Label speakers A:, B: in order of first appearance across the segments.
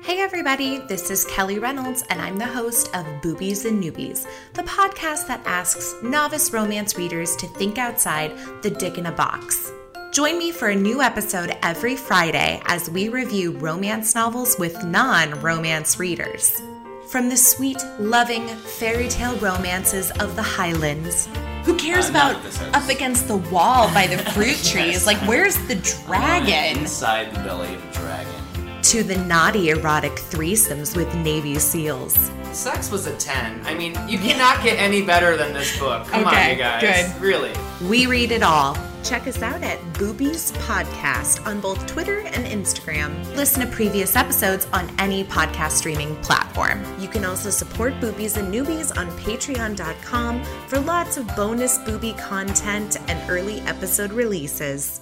A: Hey, everybody, this is Kelly Reynolds, and I'm the host of Boobies and Newbies, the podcast that asks novice romance readers to think outside the dick in a box. Join me for a new episode every Friday as we review romance novels with non romance readers. From the sweet, loving fairy tale romances of the Highlands, who cares
B: I'm not
A: about
B: at this house.
A: up against the wall by the fruit trees? Like, where's the dragon?
B: Inside the belly of a dragon.
A: to the naughty erotic threesomes with Navy SEALs.
C: Sex was a 10. I mean, you cannot get any better than this book. Come on,
A: Okay,
C: you guys.
A: good.
C: Really.
A: We read it all. Check us out at Boobies Podcast on both Twitter and Instagram. Listen to previous episodes on any podcast streaming platform. You can also support Boobies and Newbies on patreon.com for lots of bonus booby content and early episode releases.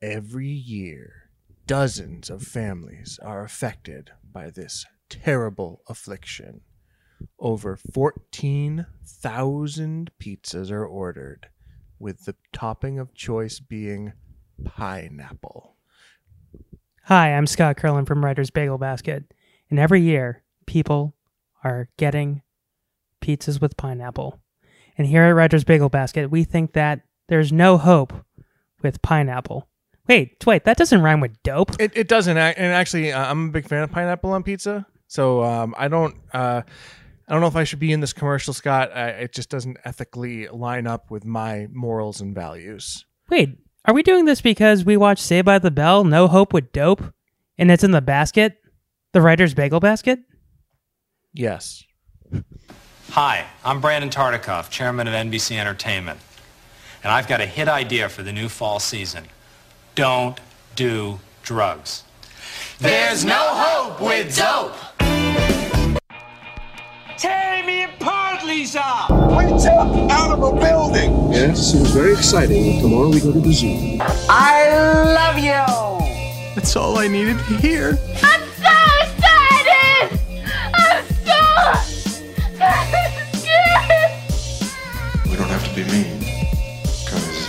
D: Every year, dozens of families are affected by this terrible affliction. Over 14,000 pizzas are ordered, with the topping of choice being pineapple.
E: Hi, I'm Scott Curlin from Writer's Bagel Basket. And every year, people are getting pizzas with pineapple. And here at Writer's Bagel Basket, we think that there's no hope with pineapple. Wait, wait, that doesn't rhyme with dope.
D: It, it doesn't, ac- and actually, uh, I'm a big fan of pineapple on pizza, so um, I don't. Uh, I don't know if I should be in this commercial, Scott. I, it just doesn't ethically line up with my morals and values.
E: Wait, are we doing this because we watched Saved by the Bell, No Hope with Dope, and it's in the basket? The Writer's Bagel Basket?
D: Yes.
F: Hi, I'm Brandon Tartikoff, chairman of NBC Entertainment, and I've got a hit idea for the new fall season. Don't do drugs. There's no hope with dope.
G: Tear me apart, Lisa!
H: Wait up out of a building. Yes, it was very exciting. Tomorrow we go to the zoo.
G: I love you!
D: That's all I needed to hear.
I: I'm so excited! I'm so scared!
J: We don't have to be mean. Because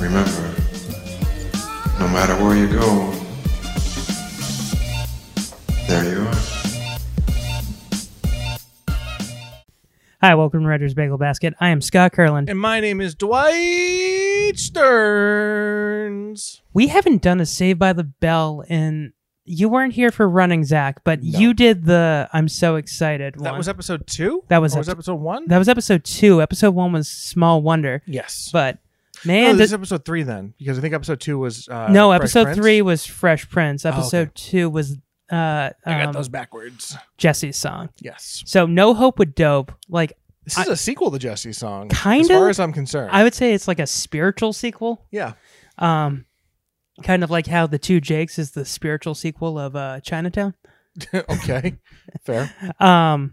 J: remember, no matter where you go, there you are.
E: Hi, welcome to Writer's Bagel Basket. I am Scott Curlin.
D: And my name is Dwight Stearns.
E: We haven't done a Save by the Bell in. You weren't here for running, Zach, but
D: No.
E: you did the I'm so excited
D: That
E: one.
D: was episode two?
E: That was
D: Or
E: epi-
D: episode one?
E: that was episode two. Episode one was Small Wonder.
D: yes.
E: But
D: no,
E: man,
D: this
E: does-
D: is episode three then, because I think episode two was. Uh,
E: no,
D: Fresh
E: episode
D: Prince. Oh,
E: three was Fresh Prince.
D: okay.
E: Episode two was uh
D: I got
E: um,
D: those backwards.
E: Jesse's song.
D: Yes.
E: So No Hope with Dope. Like
D: This is a sequel to Jesse's song.
E: Kind
D: As far
E: of.
D: as I'm concerned.
E: I would say it's like a spiritual sequel.
D: yeah.
E: Um kind of like how The Two Jakes is the spiritual sequel of uh Chinatown.
D: okay. Fair.
E: Um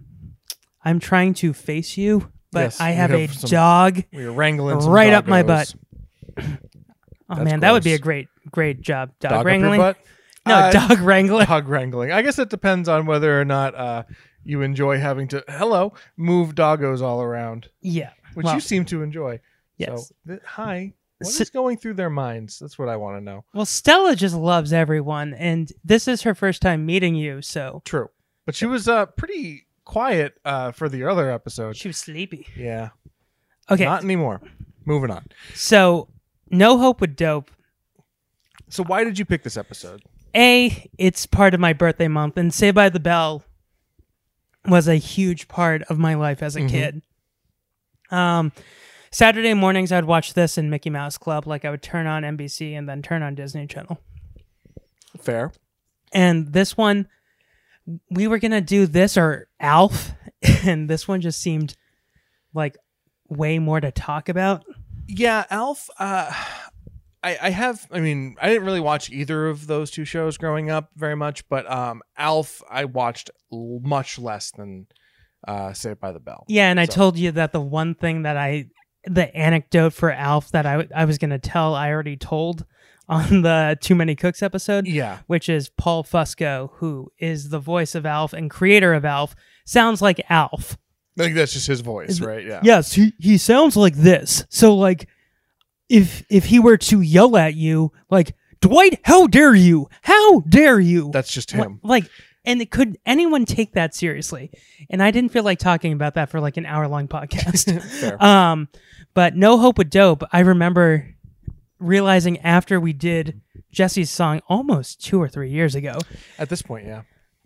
E: I'm trying to face you, but
D: Yes,
E: I
D: we
E: have,
D: have
E: a
D: some-
E: dog
D: We were wrangling some
E: Right up my
D: doggos.
E: butt. Oh
D: That's
E: man, that would be
D: gross.
E: a great, great job.
D: Dog
E: Dog,
D: up your
E: wrangling.
D: butt?
E: No,
D: Uh,
E: dog wrangler.
D: Dog wrangling. I guess it depends on whether or not uh, you enjoy having to, hello, move doggos all around.
E: Yeah.
D: which
E: well,
D: you seem to enjoy.
E: Yes.
D: So, th- hi. What is
E: Si-
D: going through their minds? That's what I want to know.
E: well, Stella just loves everyone, and this is her first time meeting you, so
D: True, but she was uh pretty quiet uh for the other episode.
E: she was sleepy.
D: yeah.
E: Okay,
D: Not anymore. Moving on.
E: so no hope with dope.
D: So why did you pick this episode?
E: A, it's part of my birthday month, and Say by the Bell was a huge part of my life
D: Mm-hmm.
E: as a kid. Um, Saturday mornings, I'd watch this in Mickey Mouse Club. Like I would turn on NBC and then turn on Disney Channel.
D: Fair.
E: And this one, we were gonna do this or Alf, and this one just seemed like way more to talk about.
D: Yeah, Alf. Uh, I I have. I mean, I didn't really watch either of those two shows growing up very much, but um, Alf I watched l- much less than uh Saved by the Bell.
E: Yeah, and I
D: So-
E: told you that the one thing that I, the anecdote for Alf that I I was gonna tell, I already told on the Too Many Cooks episode.
D: Yeah.
E: Which is Paul Fusco, who is the voice of Alf and creator of Alf, sounds like Alf.
D: I think that's just his voice, right? Yeah.
E: Yes, he he sounds like this. So like if if he were to yell at you like Dwight, how dare you? How dare you?
D: That's just
E: Li-
D: him.
E: Like, and it could anyone take that seriously? And I didn't feel like talking about that for like an hour long podcast.
D: Fair.
E: um, but no hope with dope. I remember realizing after we did Jesse's song almost two or three years ago.
D: At this point, yeah.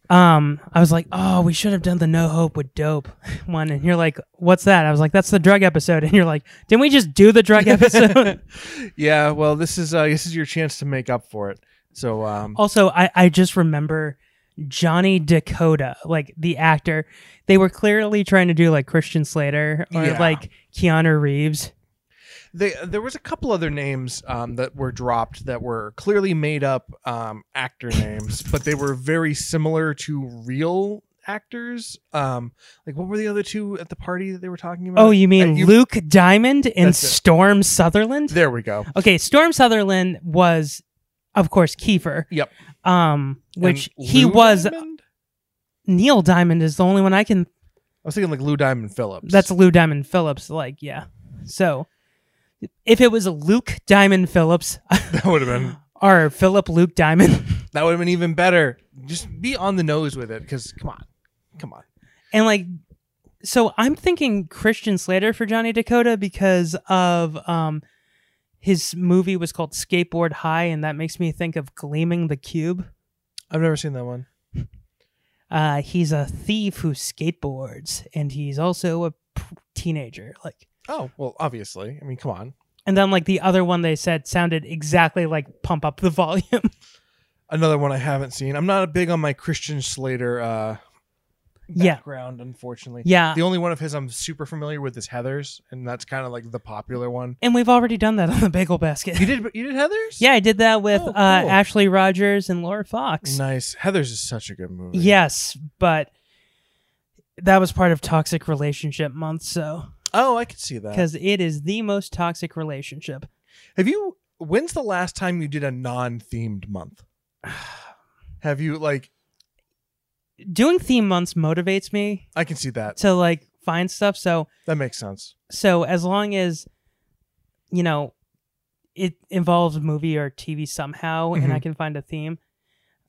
E: Um, I was like, oh, we should have done the no hope with dope one. And you're like, what's that? I was like, that's the drug episode. And you're like, didn't we just do the drug episode?
D: Yeah, well, this is uh, this is your chance to make up for it. So, um,
E: Also, I, I just remember Johnny Dakota, like the actor. They were clearly trying to do like Christian Slater or
D: Yeah.
E: like Keanu Reeves.
D: they, there was a couple other names um, that were dropped that were clearly made up um, actor names, but they were very similar to real actors. Um, like, what were the other two at the party that they were talking about?
E: Oh, you mean
D: Uh,
E: Luke Diamond and
D: That's it.
E: Storm Sutherland?
D: There we go.
E: okay, Storm Sutherland was, of course, Kiefer.
D: Yep.
E: Um, which
D: And
E: he
D: Lou
E: was. uh,
D: Diamond?
E: Neil Diamond is the only one I can.
D: I was thinking like Lou Diamond Phillips.
E: That's Lou Diamond Phillips. Like, yeah. So, if it was Luke Diamond Phillips
D: that would have been
E: or Philip Luke Diamond.
D: that would have been even better. Just be on the nose with it, because come on, come on.
E: And like, so I'm thinking Christian Slater for Johnny Dakota because of um, his movie was called Skateboard High, and that makes me think of Gleaming the Cube.
D: I've never seen that one.
E: Uh, he's a thief who skateboards, and he's also a p- teenager. Like,
D: Oh well, obviously. I mean, come on.
E: and then like the other one they said sounded exactly like Pump Up the Volume.
D: another one I haven't seen. I'm not big on my Christian Slater uh
E: yeah,
D: background, unfortunately.
E: yeah.
D: The only one of his I'm super familiar with is Heather's, and that's kind of like the popular one.
E: And we've already done that on the Bagel Basket.
D: You did you did Heather's?
E: yeah, I did that with
D: Oh,
E: uh,
D: cool.
E: Ashley Rogers and Laura Fox.
D: Nice. Heather's is such a good movie.
E: Yes, but that was part of toxic relationship month, so
D: Oh, I could see that.
E: because it is the most toxic relationship.
D: Have you when's the last time you did a non-themed month? Have you like
E: Doing theme months motivates me
D: I can see that.
E: to like find stuff. So
D: That makes sense.
E: so as long as you know it involves a movie or TV somehow, and
D: Mm-hmm.
E: I can find a theme.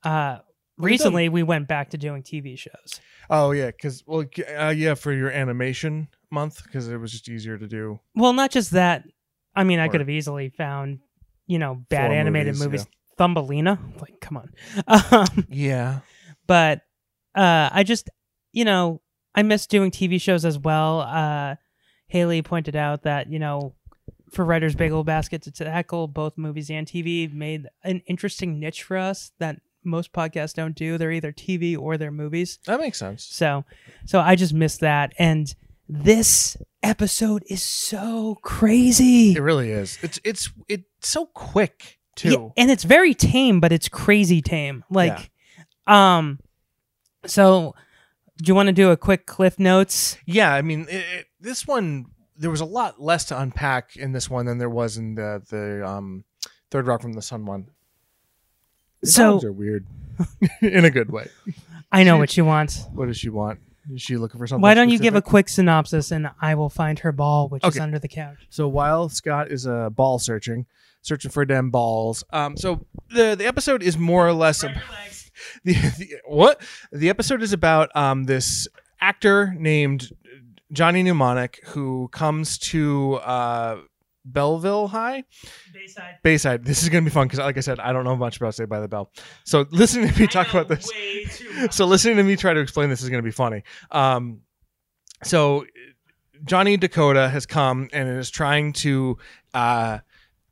E: Uh,
D: Well, you've done-
E: recently we went back to doing TV shows.
D: Oh yeah, cuz well uh, yeah, for your animation month cuz it was just easier to do.
E: Well, not just that. I mean, I
D: Or-
E: could have easily found you know bad
D: Four
E: animated
D: movies,
E: movies. Thumbelina, like come on. Um,
D: Yeah.
E: but uh i just you know i miss doing tv shows as well uh haley pointed out that you know for writers bagel basket to tackle both movies and tv made an interesting niche for us that most podcasts don't do they're either tv or they're movies
D: That makes sense.
E: so so i just missed that and this episode is so crazy
D: It really is. It's it's it's so quick too.
E: Yeah, and it's very tame, but it's crazy tame. Like, um, so do you want to do a quick cliff notes?
D: yeah i mean it, it, this one there was a lot less to unpack in this one than there was in the the um third rock from the sun one The
E: So
D: dogs are weird in a good way
E: I know what she wants.
D: what does she want is she looking for something
E: Why don't you give a
D: specific?
E: quick synopsis and I will find her ball, which is
D: Okay.
E: under the couch.
D: so while scott is uh ball searching searching for damn balls um so the the episode is more or less ab- the, the what the episode is about um this actor named johnny mnemonic who comes to uh belleville high Bayside. This is gonna be fun because, like I said, I don't know much about Saved by the Bell. So listening to me talk about this, so listening to me try to explain this is gonna be funny. Um, so Johnny Dakota has come and is trying to. Uh,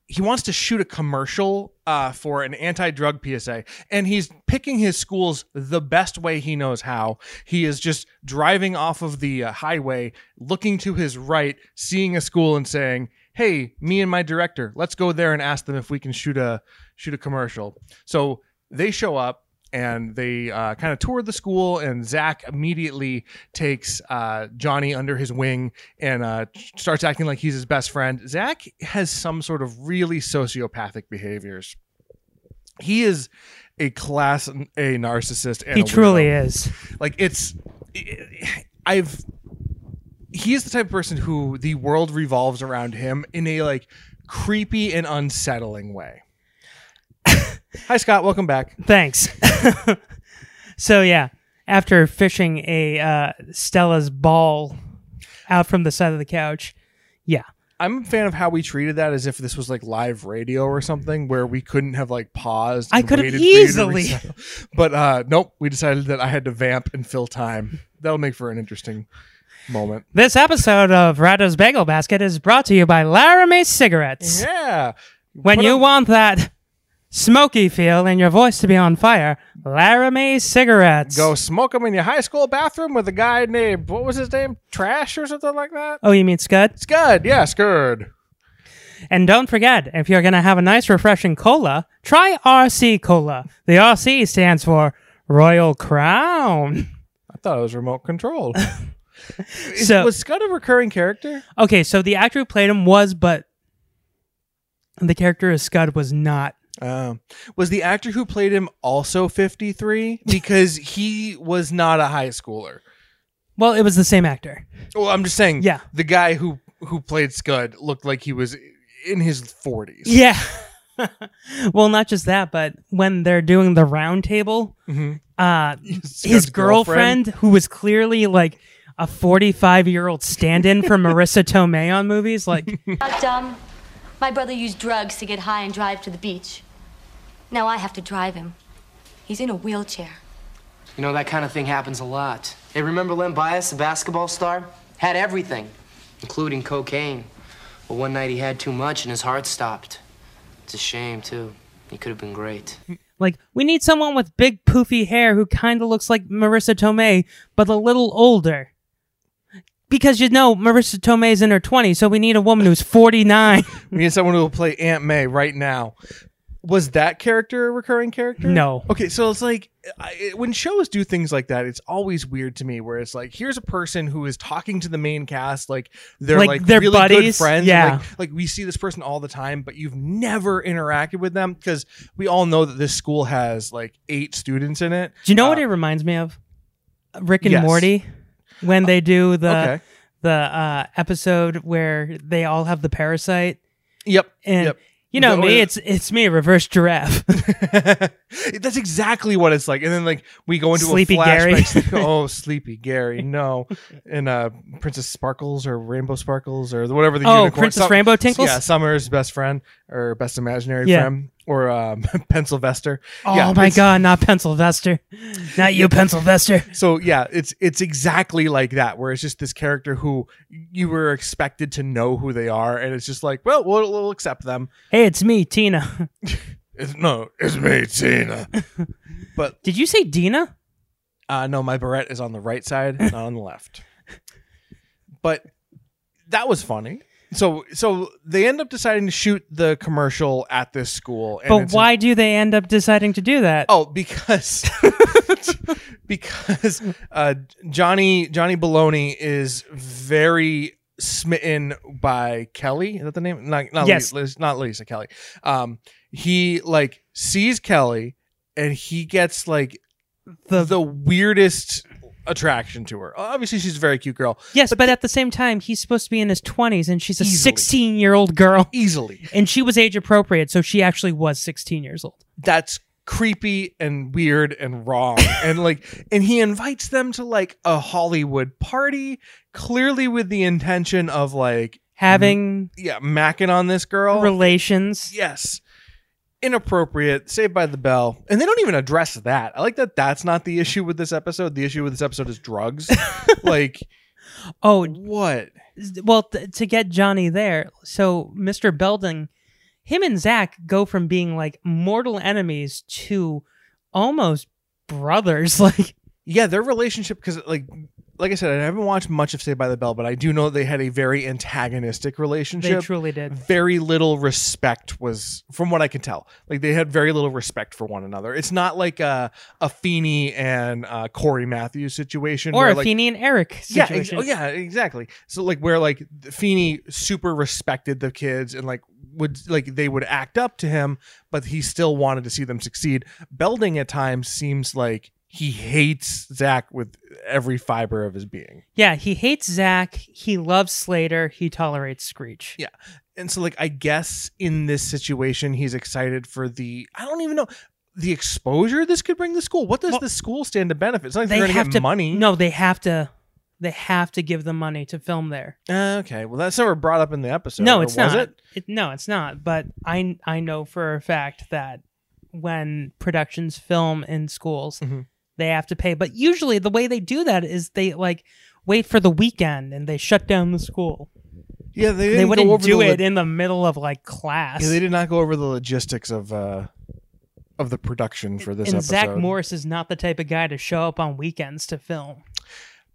D: he wants to shoot a commercial uh, for an anti-drug PSA, and he's picking his schools the best way he knows how. He is just driving off of the uh, highway, looking to his right, seeing a school, and saying, "Hey, me and my director, let's go there and ask them if we can shoot a shoot a commercial." So they show up and they uh, kind of toured the school and zach immediately takes uh, johnny under his wing and uh, starts acting like he's his best friend zach has some sort of really sociopathic behaviors he is a class a narcissist and
E: He
D: a
E: truly
D: weirdo
E: is.
D: like it's i've he is the type of person who the world revolves around him in a like creepy and unsettling way. Hi, Scott. Welcome back.
E: Thanks. so yeah, after fishing a uh, Stella's ball out from the side of the couch, yeah,
D: I'm a fan of how we treated that as if this was like live radio or something where we couldn't have like paused.
E: I
D: and
E: could have
D: waited for you to
E: easily-
D: resettle. But uh, nope, we decided that I had to vamp and fill time. That'll make for an interesting moment.
E: This episode of Rado's Bagel Basket is brought to you by Laramie Cigarettes.
D: Yeah.
E: When
D: Put
E: you
D: on-
E: want that smoky feel and your voice to be on fire, Laramie Cigarettes.
D: Go smoke them in your high school bathroom with a guy named, what was his name? Trash or something like that?
E: Oh, you mean Scud?
D: Scud. Yeah, Scud.
E: And don't forget, if you're going to have a nice, refreshing cola, try RC Cola. The RC stands for Royal Crown.
D: I thought it was remote controlled. Is-
E: So-
D: was Scud a recurring character?
E: Okay, so the actor who played him was, but the character of Scud was not.
D: Um, was the actor who played him also 53? Because he was not a high schooler.
E: Well, it was the same actor.
D: Well, I'm just saying.
E: Yeah.
D: the guy who who played Scud looked like he was in his 40s.
E: Yeah. well, not just that, but when they're doing the round table,
D: Mm-hmm.
E: uh, his
D: Scott's girlfriend?
E: girlfriend, who was clearly like a 45 year old stand in for Marissa Tomei on movies, like,
K: Not dumb. My brother used drugs to get high and drive to the beach. Now I have to drive him. He's in a wheelchair.
C: You know, that kind of thing happens a lot. Hey, remember Len Bias, the basketball star? Had everything, including cocaine. But one night he had too much and his heart stopped. It's a shame, too. He could have been great.
E: like we need someone with big poofy hair who kind of looks like Marissa Tomei, but a little older. Because you know Marissa Tomei's in her 20s, so we need a woman who's 49.
D: We need someone who will play Aunt May right now. Was that character a recurring character?
E: No.
D: Okay, so it's like I, it- when shows do things like that, it's always weird to me. Where it's like, here's a person who is talking to the main cast, like they're
E: Like
D: like,
E: they're
D: really good
E: buddies?
D: friends.
E: Yeah.
D: like, like we see this person all the time, but you've never interacted with them because we all know that this school has like eight students in it.
E: Do you know what it reminds me of? Rick and
D: Uh, yes.
E: Morty when they do the
D: okay.
E: the uh, episode where they all have the parasite,
D: Yep.
E: and
D: yep.
E: you know
D: The-
E: me, it's it's me, reverse giraffe.
D: That's exactly what it's like. And then like we go into
E: Sleepy
D: a flashback.
E: Gary.
D: oh, Sleepy Gary, no. And uh Princess Sparkles or Rainbow Sparkles or whatever the
E: Oh,
D: unicorn.
E: Princess Rainbow Tinkles?
D: Yeah, Summer's best friend or best imaginary
E: Yeah.
D: friend or um, Pencilvester.
E: oh
D: yeah,
E: my
D: it's-
E: god, not Pencil Vester, not you, Pencil Vester.
D: So yeah, it's it's exactly like that, where it's just this character who you were expected to know who they are, and it's just like, well, we'll, we'll accept them.
E: Hey, it's me, Tina.
D: It's, no, it's me, Tina. but
E: Did you say Dina?
D: Uh, no, my barrette is on the right side, not on the left. But that was funny. So, so they end up deciding to shoot the commercial at this school. And
E: But
D: it's an-
E: why do they end up deciding to do that?
D: oh, because because uh, Johnny Johnny Baloney is very smitten by Kelly. Is that the name? Not not
E: Yes.
D: Lisa, not Lisa Kelly. Um, he like sees Kelly and he gets like
E: The-
D: the the weirdest attraction to her. Obviously, she's a very cute girl.
E: yes, but, at the same time, he's supposed to be in his twenties, and she's a
D: Easily.
E: sixteen-year-old girl,
D: Easily,
E: and she was age appropriate, so she actually was sixteen years old.
D: that's creepy and weird and wrong and like and he invites them to like a hollywood party clearly with the intention of like
E: Having
D: yeah, macking on this girl.
E: relations,
D: yes. Inappropriate, saved by the bell. And they don't even address that. I like that that's not the issue with this episode. The issue with this episode is drugs. like,
E: Oh,
D: what?
E: well, th- to get Johnny there, so Mr. Belding, him and Zach go from being like mortal enemies to almost brothers. Like,
D: Yeah, their relationship, because, like, like I said, I haven't watched much of Saved by the Bell, but I do know they had a very antagonistic
E: they
D: relationship.
E: truly did.
D: very little respect was from what I can tell. Like they had very little respect for one another. It's not like a a Feeney and uh, Corey Matthews situation
E: Or
D: where,
E: a
D: like,
E: Feeney and Eric
D: Yeah, ex-
E: situation.
D: oh, yeah, exactly. So like where like Feeney super respected the kids and like would like they would act up to him, but he still wanted to see them succeed. Belding at times seems like he hates Zach with every fiber of his being.
E: Yeah, he hates Zach. He loves Slater. He tolerates Screech.
D: Yeah. and so like I guess in this situation he's excited for the I don't even know the exposure this could bring the school. What does the school stand to benefit? It's not like they're
E: they
D: going to
E: have
D: get
E: to
D: money.
E: No, they have to. They have to give them money to film there.
D: Uh, okay, well that's never brought up in the episode.
E: no,
D: or
E: it's
D: was
E: not.
D: It?
E: It- no, it's not. But I I know for a fact that when productions film in schools,
D: Mm-hmm.
E: they have to pay. But usually, the way they do that is they like wait for the weekend and they shut down the school.
D: Yeah, they
E: They
D: didn't go
E: wouldn't
D: over
E: do
D: the lo-
E: it in the middle of like class.
D: Yeah, they did not go over the logistics of uh of the production for this
E: and
D: episode.
E: Zach Morris is not the type of guy to show up on weekends to film.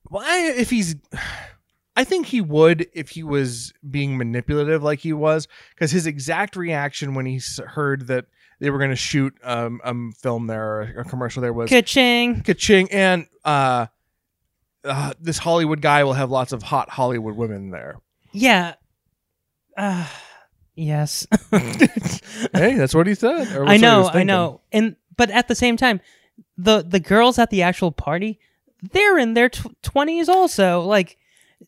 D: Well, I, if he's, I think he would if he was being manipulative like he was, because his exact reaction when he s- heard that they were going to shoot um, a film there or a commercial there was
E: Ka-ching.
D: ka-ching, and uh, uh, this Hollywood guy will have lots of hot Hollywood women there.
E: Yeah. Uh, yes.
D: hey, that's what he said. or that's what
E: I
D: he was
E: know, I
D: thinking.
E: know. And but at the same time, the the girls at the actual party, they're in their twenties also. Like,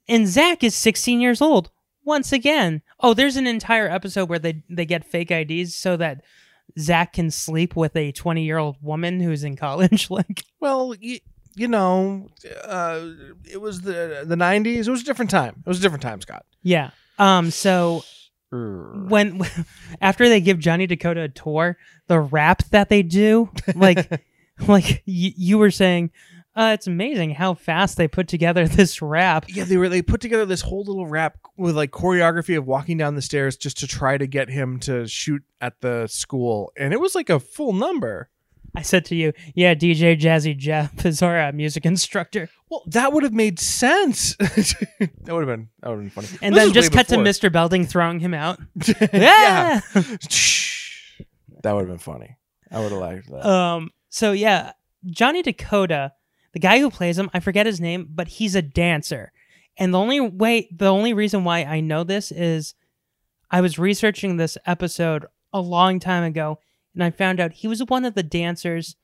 E: and Zach is sixteen years old once again. Oh, there's an entire episode where they they get fake IDs so that Zach can sleep with a twenty year old woman who's in college. like,
D: Well, you, you know, uh, it was the the '90s. It was a different time. It was a different time, Scott.
E: yeah. Um. So when after they give Johnny Dakota a tour, the rap that they do, like like y- you were saying, uh, it's amazing how fast they put together this rap.
D: Yeah, they were they put together this whole little rap with like choreography of walking down the stairs just to try to get him to shoot at the school, and it was like a full number.
E: I said to you, yeah, DJ Jazzy Jeff is our uh, music instructor,
D: Well, that would have made sense. that would have been that would have been funny.
E: and
D: This
E: then
D: was way
E: just cut
D: before.
E: to Mr. Belding throwing him out. yeah.
D: That would have been funny. I would have liked that.
E: Um. So yeah, Johnny Dakota, the guy who plays him, I forget his name, but he's a dancer. And the only way, the only reason why I know this is, I was researching this episode a long time ago, and I found out he was one of the dancers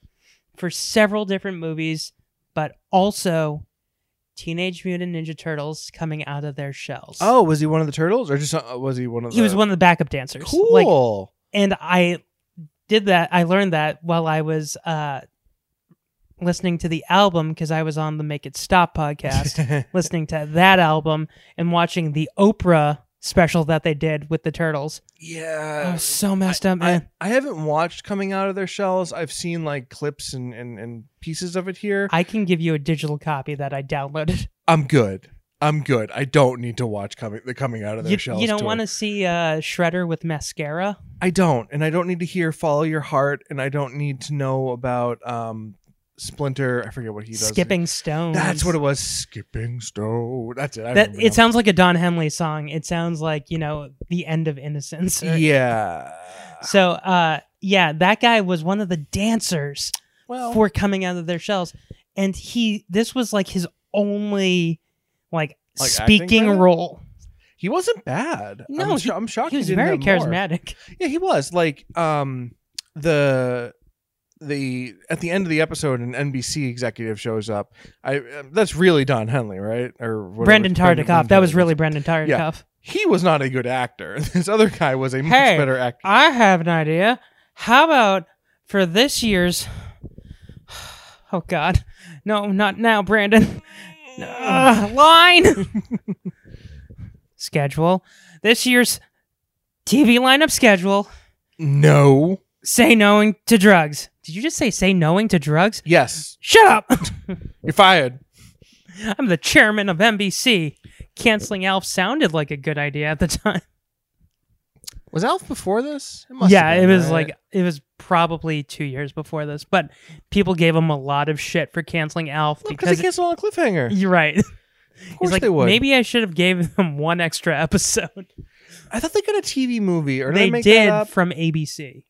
E: for several different movies, but also Teenage Mutant Ninja Turtles coming out of their shells.
D: oh, was he one of the turtles, or just uh, was he one of?
E: he
D: the...
E: was one of the backup dancers. Like,
D: Cool.
E: and I did that. I learned that while I was uh, listening to the album because I was on the Make It Stop podcast, listening to that album and watching the Oprah special that they did with the Turtles.
D: yeah.
E: I was Oh, so messed up,
D: Uh, I,
E: man.
D: I haven't watched coming out of their shells. I've seen like clips and, and, and pieces of it here.
E: I, can give you a digital copy that I downloaded.
D: I'm good. I'm good. I don't need to watch coming the coming out of their
E: You,
D: shells.
E: you don't
D: want
E: want to see uh, Shredder with mascara.
D: I don't, and I don't need to hear "Follow Your Heart," and I don't need to know about um Splinter. I forget what he does.
E: Skipping stones.
D: That's what it was. Skipping stone. That's it. I
E: That
D: remember
E: it
D: now.
E: sounds like a Don Henley song. It sounds like you know the end of Innocence. or-
D: Yeah.
E: So, uh, yeah, that guy was one of the dancers
D: Well-
E: for coming out of their shells, and he this was like his only like,
D: Like acting
E: speaking
D: credit?
E: role.
D: He wasn't bad.
E: No,
D: I'm,
E: he-
D: sho- I'm shocked.
E: he was
D: didn't
E: very
D: have more.
E: charismatic.
D: Yeah, he was like um the the at the end of the episode an NBC executive shows up. I uh, that's really Don Henley, right? Or whatever-
E: Brendan Tartikoff. That was really Brendan Tartikoff.
D: Yeah. He was not a good actor. This other guy was a much
E: Hey,
D: better actor.
E: I have an idea. How about for this year's? Oh God, no, not now, Brandon. Ugh, line schedule. This year's TV lineup schedule.
D: No.
E: Say noing to drugs. Did you just say say noing to drugs?
D: Yes.
E: Shut up.
D: You're fired.
E: I'm the chairman of NBC. Canceling Alf sounded like a good idea at the time.
D: Was Alf before this? It
E: yeah,
D: have
E: it
D: been,
E: was
D: right?
E: like it was probably two years before this, but people gave him a lot of shit for canceling Alf
D: Well,
E: because
D: they canceled on a cliffhanger.
E: you're right.
D: of
E: He's
D: course
E: like,
D: they would.
E: maybe I should have gave them one extra episode.
D: I thought they got a TV movie or did I
E: they
D: make
E: did
D: that up?
E: from ABC.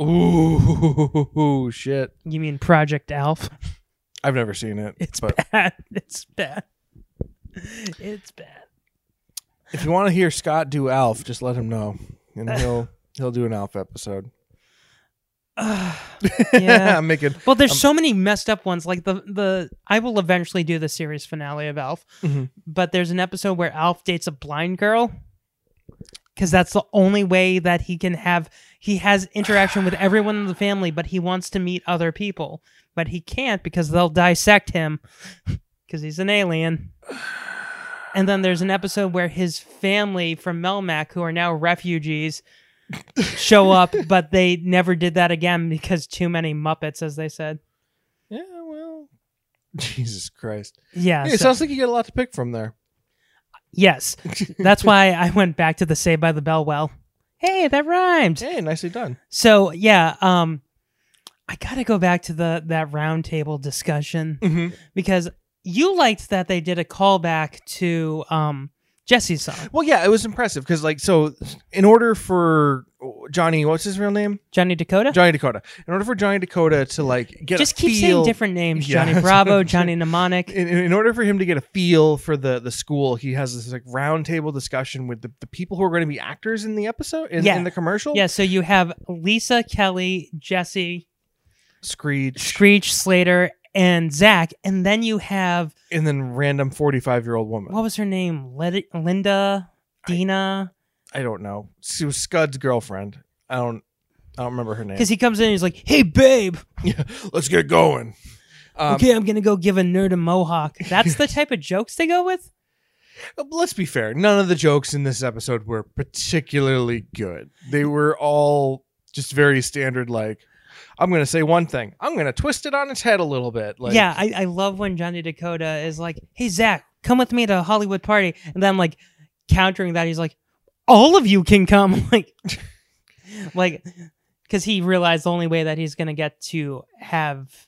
D: Ooh, shit.
E: You mean Project Alf?
D: I've never seen it.
E: It's
D: but
E: bad. It's bad. It's bad.
D: If you want to hear Scott do Alf, just let him know, and he'll he'll do an Alf episode.
E: Yeah.
D: I'm making
E: Well, there's so many messed up ones. Like the the I will eventually do the series finale of Alf, but there's an episode where Alf dates a blind girl, because that's the only way that he can have he has interaction with everyone in the family but he wants to meet other people but he can't because they'll dissect him because he's an alien and then there's an episode where his family from melmac who are now refugees show up but they never did that again because too many muppets as they said
D: yeah well jesus christ
E: yeah,
D: Yeah, it
E: so-
D: sounds like you get a lot to pick from there.
E: yes that's why i went back to the Saved by the bell well hey that rhymed
D: Hey, nicely done.
E: So yeah, um, I gotta go back to the that roundtable discussion
D: Mm. Mm-hmm.
E: because you liked that they did a callback to um Jesse's song,
D: Well, yeah, it was impressive because, like, so in order for Johnny, what's his real name?
E: Johnny Dakota.
D: Johnny Dakota. In order for Johnny Dakota to like get
E: Just
D: a
E: keep
D: feel,
E: saying different names:
D: Yeah.
E: Johnny Bravo, Johnny Mnemonic.
D: in, in order for him to get a feel for the the school, he has this like round table discussion with the, the people who are going to be actors in the episode in,
E: Yeah.
D: in the commercial.
E: Yeah, so you have Lisa, Kelly, Jesse,
D: Screech,
E: Screech, Slater, and Zach, and then you have
D: and then random forty five year old woman.
E: what was her name? Led- Linda, Dina.
D: I don't know. She was Scud's girlfriend. I don't. I don't remember her name.
E: Because he comes in and he's like, "Hey, babe,
D: Let's get going. Um,
E: okay, I'm gonna go give a nerd a mohawk. That's the type of jokes they go with.
D: Uh, Let's be fair. None of the jokes in this episode were particularly good. They were all just very standard. Like, I'm going to say one thing. I'm going to twist it on its head a little bit. Like,
E: yeah, I, I love when Johnny Dakota is like, "Hey Zach, come with me to a Hollywood party," and then like countering that, he's like, "All of you can come," like, like, because he realized the only way that he's gonna get to have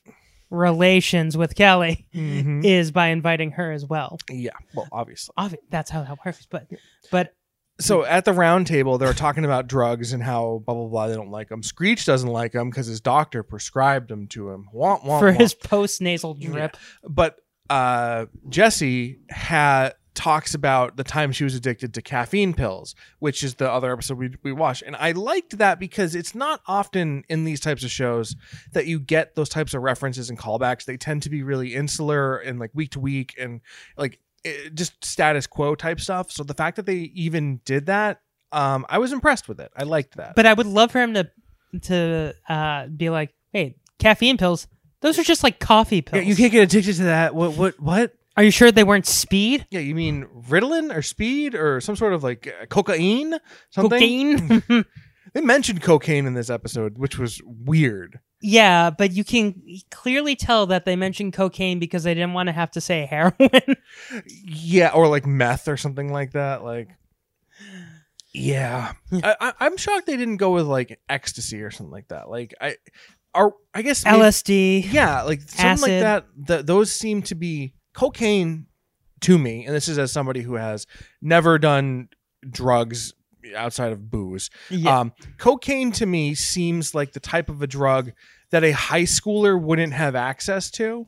E: relations with Kelly
D: Mhm.
E: is by inviting her as well.
D: yeah. Well, obviously.
E: Obvi- that's how that works, but but
D: So at the round table, they're talking about drugs and how blah blah blah. They don't like them. Screech doesn't like them because his doctor prescribed them to him. Womp, womp,
E: for
D: womp.
E: his post nasal drip,
D: but uh, Jesse ha talks about the time she was addicted to caffeine pills, which is the other episode we, we watched. And I liked that because it's not often in these types of shows that you get those types of references and callbacks. They tend to be really insular and like week to week and like eh, just status quo type stuff. So the fact that they even did that, um, I was impressed with it. I liked that.
E: but I would love for him to to uh, be like, "Hey, caffeine pills." Those are just like coffee
D: Yeah,
E: pills.
D: you can't get addicted to that. What? What? What?
E: Are you sure they weren't speed?
D: Yeah, you mean Ritalin or speed or some sort of like uh, cocaine? Something? Mm-hmm.
E: Cocaine?
D: They mentioned cocaine in this episode, which was weird.
E: yeah, but you can clearly tell that they mentioned cocaine because they didn't want to have to say heroin.
D: Yeah, or like meth or something like that. Like, yeah, I, I, I'm shocked they didn't go with like ecstasy or something like that. Like, I are I guess maybe-
E: LSD.
D: Yeah, like something like
E: Acid.
D: that. Th- those seem to be cocaine to me, and this is as somebody who has never done drugs outside of booze.
E: Yeah.
D: Um, cocaine to me seems like the type of a drug that a high schooler wouldn't have access to.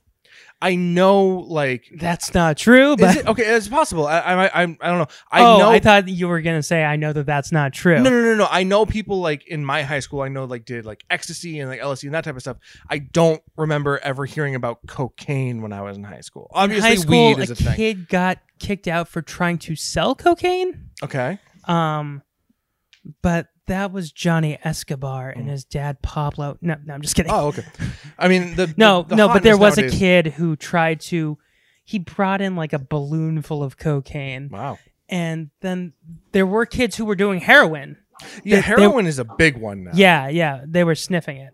D: I know, like,
E: That's not true, but
D: is it, okay, it's possible. I, I, I, I don't know. I
E: oh,
D: know.
E: I thought you were gonna say I know that that's not true.
D: no, no, no, no. I know people like in my high school. I know like did like ecstasy and like LSD and that type of stuff. I don't remember ever hearing about cocaine when I was in high school.
E: In
D: Obviously,
E: high school,
D: weed is a,
E: a
D: thing.
E: kid got kicked out for trying to sell cocaine.
D: Okay.
E: Um, but that was Johnny Escobar
D: Mm.
E: and his dad Pablo. No, no, I'm just kidding.
D: Oh, okay. I mean, the
E: no,
D: the- the
E: no, but there
D: hotness
E: was a
D: nowadays-
E: kid who tried to. He brought in like a balloon full of cocaine,
D: Wow.
E: and then there were kids who were doing heroin.
D: Yeah,
E: They- they-
D: heroin is a big one now.
E: Yeah, yeah, they were sniffing it.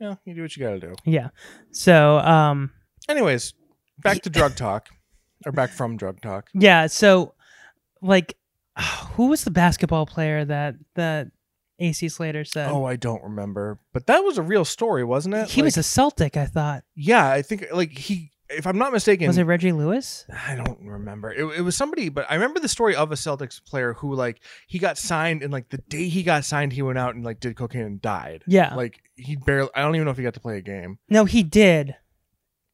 D: Yeah, you do what you got to do.
E: Yeah, so um,
D: Anyways, back to drug talk, or back from drug talk.
E: yeah, so like, who was the basketball player that that AC Slater said
D: Oh, I don't remember, but that was a real story, wasn't it?
E: he was
D: Like,
E: a Celtic? I thought
D: yeah, I think like he, if I'm not mistaken,
E: was it Reggie Lewis?
D: I don't remember. It, it was somebody, but I remember the story of a Celtics player who like he got signed and like the day he got signed, he went out and like did cocaine and died.
E: Yeah.
D: Like he barely I don't even know if he got to play a game.
E: No, he did.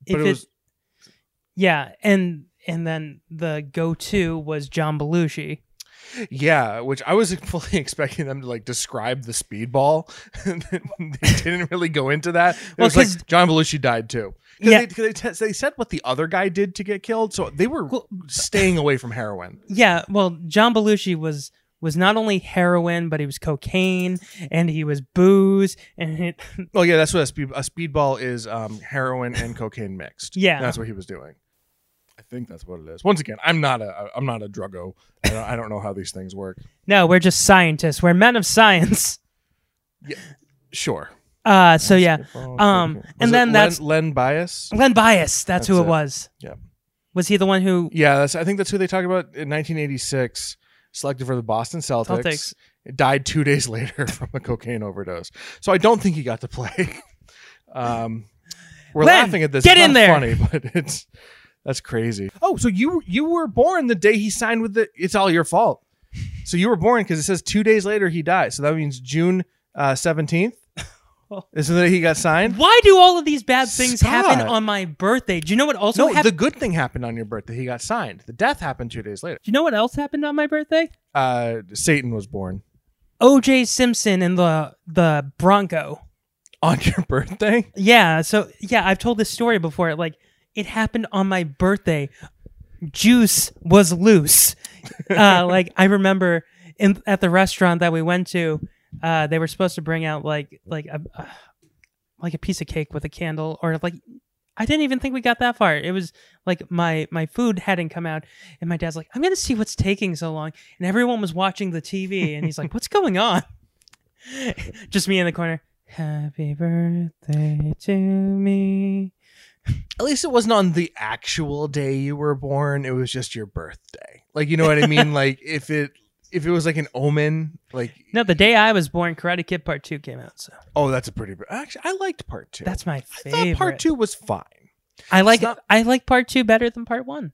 D: But
E: If
D: it was
E: yeah, and and then the go-to was John Belushi.
D: yeah, which I was fully expecting them to like describe the speedball. they didn't really go into that. It
E: Well,
D: was like
E: 'cause-
D: John Belushi died too. 'Cause
E: Yeah.
D: They, 'cause they, t- they said what the other guy did to get killed, so they were
E: Well-
D: staying away from heroin.
E: Yeah, well, John Belushi was was not only heroin, but he was cocaine and he was booze and it,
D: Well, yeah, that's what a, speed, a speedball is um, heroin and cocaine mixed.
E: Yeah.
D: that's what he was doing. I think that's what it is. Once again, I'm not a I'm not a druggo. I don't, I don't know how these things work.
E: no, we're just scientists. We're men of science.
D: Sure.
E: Uh, so yeah,
D: Basketball,
E: um,
D: Was it
E: and then
D: Len,
E: that's
D: Len Bias.
E: Len Bias. That's, who it,
D: That's it.
E: was.
D: Yep.
E: Was he the one who?
D: Yeah, that's, I think that's who they talked about in 1986. Selected for the Boston Celtics,
E: Celtics.
D: died two days later from a cocaine overdose. So I don't think he got to play. Um, we're
E: Len,
D: laughing at this.
E: get
D: It's
E: in
D: not
E: there.
D: funny, but it's that's crazy. Oh, so you you were born the day he signed with the. It's all your fault. So you were born because it says two days later he died. So that means June uh, seventeenth. Isn't that he got signed?
E: Why do all of these bad things happen
D: Scott.
E: on my birthday? Do you know what also
D: No,
E: happened?
D: the good thing happened on your birthday. He got signed. The death happened two days later.
E: Do you know what else happened on my birthday?
D: Uh, Satan was born
E: O.J. Simpson and the the Bronco.
D: on your birthday.
E: Yeah. So yeah, I've told this story before. Like it happened on my birthday. Juice was loose. Uh, like I remember in at the restaurant that we went to, uh, they were supposed to bring out like like a uh, like a piece of cake with a candle or like I didn't even think we got that far. It was like my my food hadn't come out, and my dad's like, "I'm gonna see what's taking so long." And everyone was watching the TV, and he's like, "What's going on?" Just me in the corner. Happy birthday to me.
D: At least it wasn't on the actual day you were born. It was just your birthday. Like you know what I mean. like if it if it was like an omen, like
E: No, the day I was born, Karate Kid Part Two came out. So
D: oh that's a pretty. Actually, I liked part two.
E: that's my
D: I thought
E: favorite.
D: part two was fine.
E: I like
D: not-
E: I like Part Two better than Part One.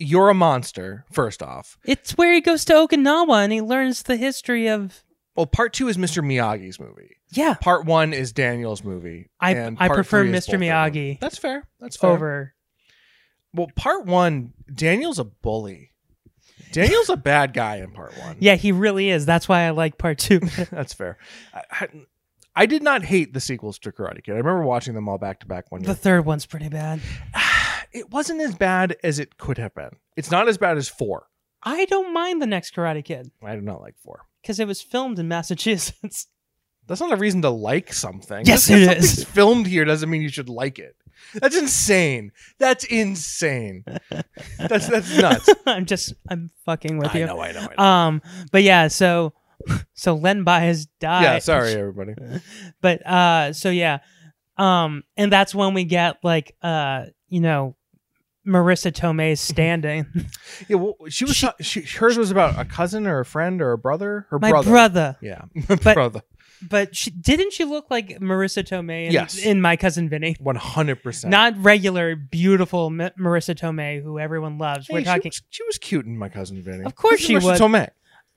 D: You're a monster. First off,
E: It's where he goes to Okinawa and he learns the history of
D: well, part two is Mr. Miyagi's movie.
E: yeah
D: Part one is Daniel's movie.
E: I-
D: and
E: I
D: part
E: prefer
D: three is
E: Mr.
D: both of them.
E: Miyagi
D: That's fair. That's fair.
E: over.
D: Well, part one, Daniel's a bully. Daniel's a bad guy in part one.
E: Yeah, he really is. That's why I like Part Two.
D: that's fair. I, I, I did not hate the sequels to Karate Kid. I remember watching them all back to back one
E: the
D: year.
E: third one's pretty bad.
D: it wasn't as bad as it could have been. It's not as bad as four.
E: I don't mind the next Karate Kid
D: I do not like four.
E: because it was filmed in Massachusetts.
D: That's not a reason to like something.
E: Yes,
D: Just 'cause
E: it
D: something's
E: is.
D: Filmed here doesn't mean you should like it. That's insane. That's insane. that's that's nuts.
E: I'm just I'm fucking with
D: I
E: you.
D: know. I know. I know.
E: Um, but yeah, so so Len Bias died.
D: yeah. Sorry, everybody.
E: but uh so yeah um and that's when we get like uh you know marissa
D: Mm-hmm.
E: tomei's standing
D: Yeah. Well, she was. ta- She, hers was about a cousin or a friend or a brother. Her
E: my brother,
D: brother. Yeah.
E: But-
D: brother.
E: but she didn't she look like marissa tomei in,
D: Yes.
E: in my cousin vinny
D: One hundred percent.
E: not regular beautiful M- marissa tomei who everyone loves
D: Hey,
E: we're
D: she
E: talking
D: was- She was, cute in my cousin Vinny.
E: Of course
D: This is
E: she
D: Marissa
E: was.
D: Tomei.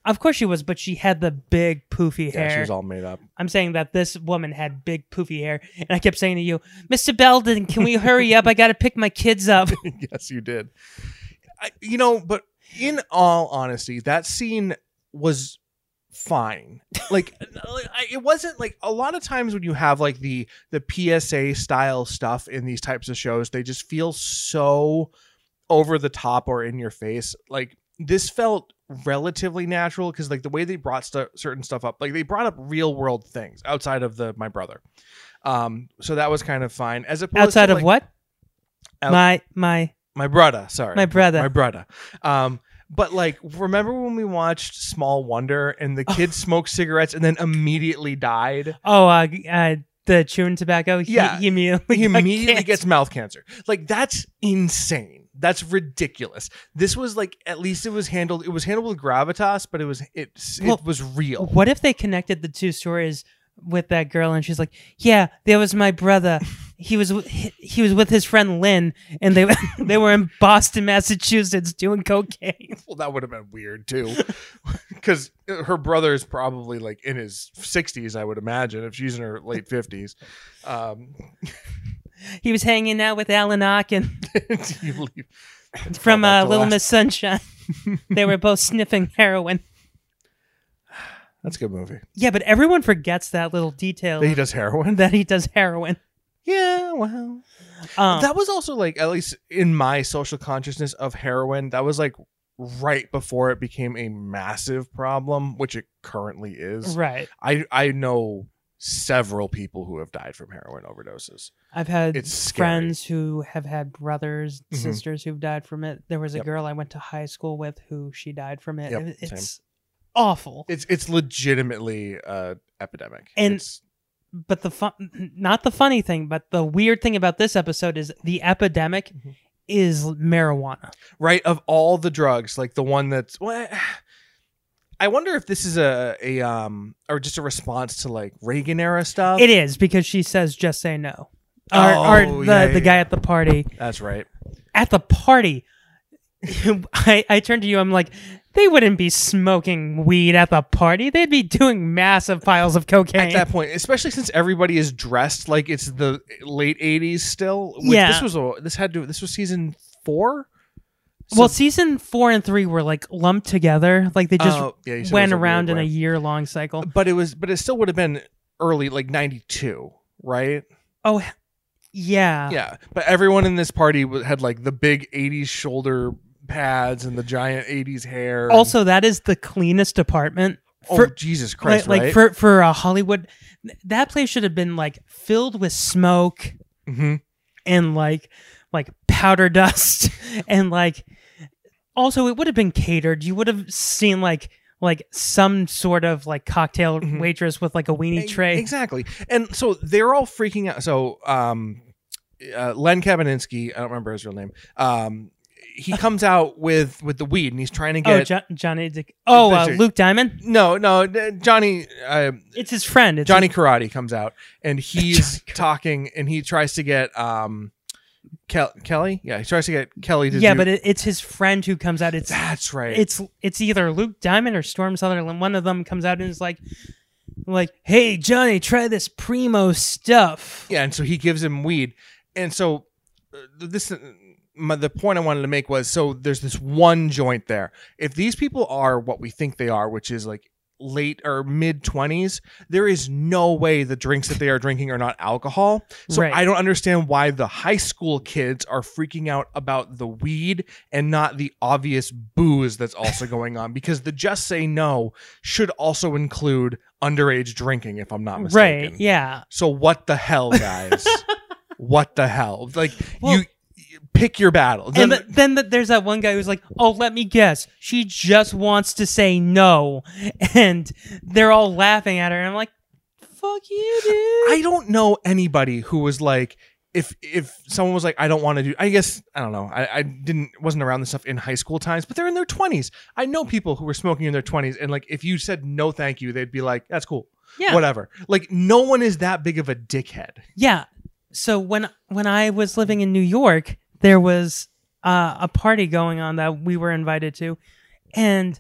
E: of course she was but she had the big poofy hair
D: Yeah, she was all made up.
E: i'm saying that this woman had big poofy hair and i kept saying to you mr belden can we hurry up i gotta pick my kids up
D: yes, you did. I, you know, but in all honesty, that scene was fine. Like I- it wasn't like a lot of times when you have like the the PSA style stuff in these types of shows, they just feel so over the top or in your face. Like this felt relatively natural because like the way they brought stu- certain stuff up, like they brought up real world things outside of the my brother. Um, so that was kind of fine. As opposed
E: outside
D: to,
E: of
D: like,
E: what
D: Out-
E: my my
D: my brother sorry
E: My brother.
D: my brother um but like remember when we watched small wonder and the kid smoked cigarettes and then immediately died
E: Oh, uh, g- uh the chewing tobacco. He,
D: Yeah.
E: he immediately,
D: he
E: got
D: immediately
E: cancer.
D: gets mouth cancer like that's insane that's ridiculous this was like at least it was handled it was handled with gravitas but it was it,
E: Well,
D: it was real
E: What if they connected the two stories with that girl, and she's like, "Yeah, there was my brother. He was w- he, he was with his friend Lynn, and they they were in Boston, Massachusetts, doing cocaine."
D: well that would have been weird too because her brother is probably like in his 60s i would imagine if she's in her late 50s um
E: He was hanging out with Alan Arkin
D: you leave-
E: from
D: Callback
E: uh,
D: to
E: Little
D: last-
E: Miss Sunshine. they were both sniffing heroin.
D: that's a good movie
E: Yeah, but everyone forgets that little detail
D: That he does heroin.
E: that he does heroin.
D: Yeah, well,
E: Um,
D: that was also like at least in my social consciousness of heroin, that was like right before it became a massive problem, which it currently is.
E: Right.
D: I I know several people who have died from heroin overdoses.
E: I've had
D: It's scary.
E: friends who have had brothers,
D: Mhm.
E: sisters who've died from it. There was a
D: Yep.
E: girl I went to high school with who she died from it.
D: Yep,
E: It-
D: same.
E: it's awful.
D: It's it's legitimately uh epidemic.
E: And-
D: It's-
E: but the fun, not the funny thing, but the weird thing about this episode is the epidemic
D: Mm-hmm.
E: is marijuana.
D: right of all the drugs, like the one that's well, I wonder if this is a a um or just a response to like Reagan era stuff.
E: It is because she says, "Just say no." Or,
D: Oh,
E: or the
D: yeah, yeah,
E: the guy at the party
D: That's right.
E: at the party. I, I turned to you. I'm like, they wouldn't be smoking weed at the party. They'd be doing massive piles of cocaine.
D: At that point, especially since everybody is dressed like it's the late '80s still. which
E: Yeah.
D: this was a, this had to this was season four.
E: well, season four and three were like lumped together. Like they just
D: Oh, yeah, you said it was
E: went
D: a weird
E: around in a
D: way. Um,
E: year long cycle.
D: But it was, but it still would have been early, like '92, right?
E: Oh, he- yeah.
D: yeah, but everyone in this party wa- had like the big '80s shoulder pads and the giant '80s hair. and-
E: Also, that is the cleanest apartment.
D: oh
E: for-
D: Jesus Christ,
E: like,
D: right?
E: like for for uh, Hollywood, th- that place should have been like filled with smoke
D: Mhm.
E: and like like powder dust and like also it would have been catered. You would have seen like like some sort of like cocktail
D: Mm-hmm.
E: waitress with like a weenie
D: E-
E: tray.
D: Exactly. And so they're all freaking out. So um uh, Len Kabaninsky, I don't remember his real name. Um he comes out with with the weed and he's trying to
E: Oh,
D: get
E: Jo- Johnny. Dick- oh, uh,
D: That's right.
E: Luke Diamond.
D: No, no, d- Johnny uh,
E: It's his friend. It's
D: Johnny Karate comes out and he's talking and he tries to get um Kel- Kelly? Yeah, he tries to get Kelly to
E: yeah,
D: do-
E: but it, it's his friend who comes out. It's
D: that's right.
E: it's it's either Luke Diamond or Storm Sutherland. One of them comes out and is like, like, hey Johnny, try this primo stuff.
D: Yeah, and so he gives him weed, and so uh, this uh, my, the point I wanted to make was so there's this one joint there. If these people are what we think they are, which is like late or mid 20s there is no way the drinks that they are drinking are not alcohol so
E: Right.
D: i don't understand why the high school kids are freaking out about the weed and not the obvious booze that's also going on because the just say no should also include underage drinking if i'm not mistaken
E: Right? Yeah.
D: so what the hell, guys? what the hell? Like
E: Well-
D: you, you pick your battle.
E: And
D: Then-
E: th- then th- there's that one guy who's like, "Oh, let me guess. She just wants to say no," and they're all laughing at her. And I'm like, "Fuck you, dude."
D: I don't know anybody who was like if if someone was like I don't want to do I guess I don't know I, I didn't wasn't around this stuff in high school times but they're in their 20s I know people who were smoking in their 20s and like if you said no thank you they'd be like that's cool
E: Yeah.
D: whatever like no one is that big of a dickhead
E: Yeah. So when when I was living in New York, there was uh, a party going on that we were invited to, and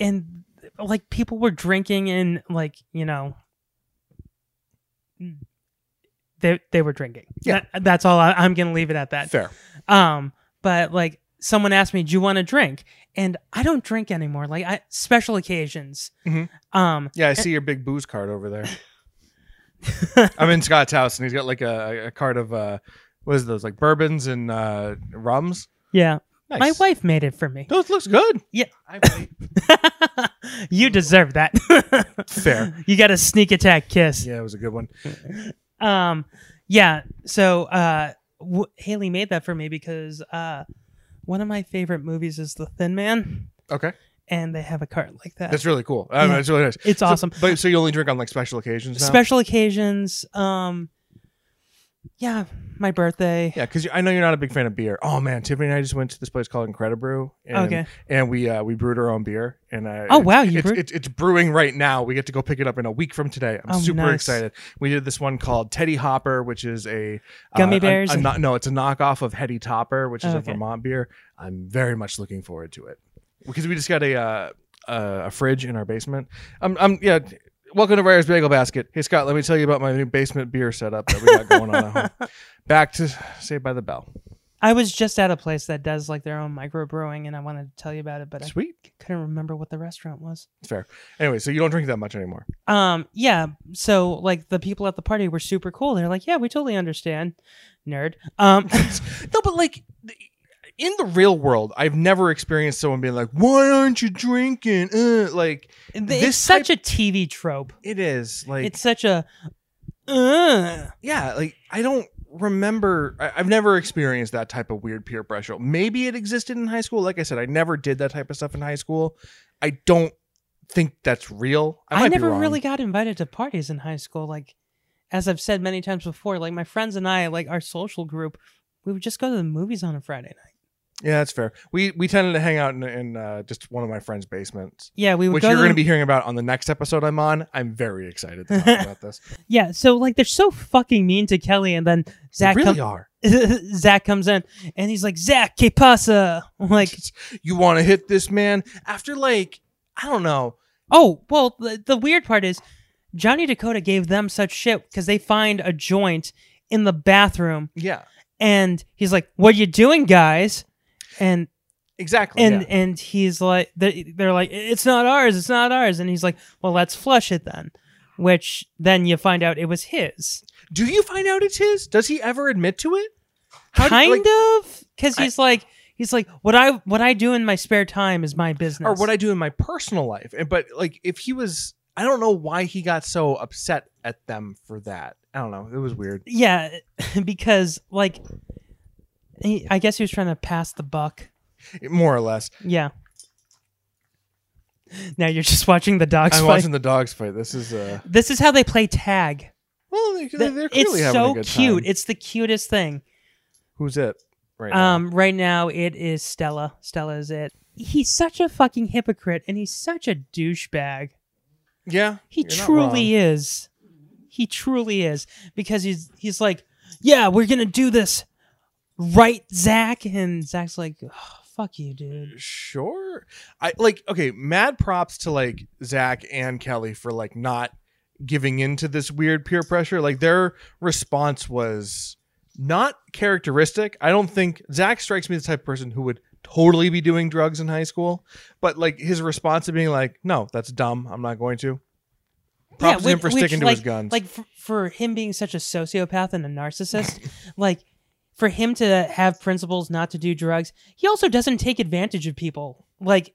E: and like people were drinking and like you know they they were drinking.
D: Yeah.
E: That- that's all. I, I'm gonna leave it at that.
D: fair
E: Um, but like someone asked me, "Do you want a drink?" And I don't drink anymore. Like I special occasions.
D: Mhm.
E: Um,
D: yeah I see your big booze card over there I'm in Scott's house and he's got like a, a card of uh what is those like bourbons and uh rums
E: yeah.
D: Nice.
E: My wife made it for me.
D: Those looks good.
E: Yeah.
D: I
E: you deserve that.
D: Fair.
E: You got a sneak attack kiss.
D: yeah, it was a good one.
E: Um, yeah. So, uh, w- Haley made that for me because uh, one of my favorite movies is The Thin Man,
D: Okay,
E: and they have a cart like that.
D: that's really cool. I mean,
E: Yeah.
D: It's really nice.
E: It's
D: So-
E: awesome.
D: But so you only drink on like special occasions. Now?
E: Special occasions. Um, yeah, my birthday.
D: Yeah, because I know you're not a big fan of beer. Oh man, Tiffany and I just went to this place called Incredibrew. And,
E: Okay.
D: And we uh, we brewed our own beer. And I,
E: Oh, wow, you
D: it's,
E: brewed-
D: it's, it's brewing right now. We get to go pick it up in a week from today. I'm
E: Oh,
D: super
E: nice.
D: excited. We did this one called Teddy Hopper, which is a uh,
E: Gummy
D: a-
E: bears?
D: a no- no, it's a knockoff of Hetty Topper, which is
E: Okay.
D: a Vermont beer. I'm very much looking forward to it because we just got a uh, uh, a fridge in our basement. Um, I'm yeah. Welcome to Ryer's Bagel Basket. Hey Scott, let me tell you about my new basement beer setup that we got going on at home. Back to Saved by the Bell.
E: I was just at a place that does like their own microbrewing, and I wanted to tell you about it, but
D: Sweet,
E: I couldn't remember what the restaurant was.
D: it's fair. Anyway, so you don't drink that much anymore.
E: um yeah so like the people at the party were super cool they're like yeah we totally understand nerd um
D: no, but like, in the real world, I've never experienced someone being like, "Why aren't you drinking?" Uh, like
E: it's such a TV trope.
D: It is like
E: it's such a. Uh.
D: Yeah, like I don't remember. I, I've never experienced that type of weird peer pressure. Maybe it existed in high school. Like I said, I never did that type of stuff in high school. I don't think that's real. I,
E: I,
D: might be
E: never
D: wrong.
E: really got invited to parties in high school. Like, as I've said many times before, like my friends and I, like our social group, we would just go to the movies on a Friday night.
D: Yeah, that's fair. We we tended to hang out in, in uh, just one of my friends' basements.
E: Yeah, we would
D: which
E: go
D: you're
E: to
D: going to
E: the-
D: be hearing about on the next episode I'm on. I'm very excited to talk about this.
E: Yeah, so like they're so fucking mean to Kelly, and then Zach
D: really
E: com-
D: are.
E: Zach comes in and he's like, "Zach, que pasa?" I'm like,
D: You want to hit this man after like I don't know.
E: oh, well, the, the weird part is Johnny Dakota gave them such shit because they find a joint in the bathroom,
D: Yeah,
E: and he's like, "What are you doing, guys?" And
D: exactly.
E: and
D: Oh, yeah.
E: and he's like they- they're like it's not ours it's not ours and he's like well let's flush it then which then you find out it was his
D: do you find out it's his? Does he ever admit to it? How
E: kind
D: like,
E: of because he's like he's like what i what i do in my spare time is my business
D: or what I do in my personal life. And but like if he was, I don't know why he got so upset at them for that. I don't know. It was weird.
E: yeah because like he, i guess he was trying to pass the buck
D: More or less.
E: yeah now you're just watching the dogs
D: I'm
E: fight.
D: watching the dogs fight. This is uh
E: this is how they play tag
D: well they,
E: Th-
D: they're clearly
E: it's
D: having
E: so
D: a good
E: cute
D: time.
E: it's the cutest thing
D: Who's it? Right. now?
E: Um, right now it is Stella. Stella is it. He's such a fucking hypocrite and he's such a douchebag.
D: yeah.
E: He
D: you're not
E: truly
D: wrong.
E: is. He truly is because he's he's like, yeah, we're gonna do this, right, Zach? And Zach's like, "Ugh, fuck you, dude.
D: Sure. I like okay, mad props to like Zach and Kelly for like not giving in to this weird peer pressure. Like their response was not characteristic. I don't think Zach strikes me as the type of person who would totally be doing drugs in high school. But like his response to being like, No, that's dumb. I'm not going to. Props to him
E: which-
D: for
E: which,
D: sticking to
E: like,
D: his guns.
E: Like for, for him being such a sociopath and a narcissist, like for him to have principles not to do drugs, he also doesn't take advantage of people. Like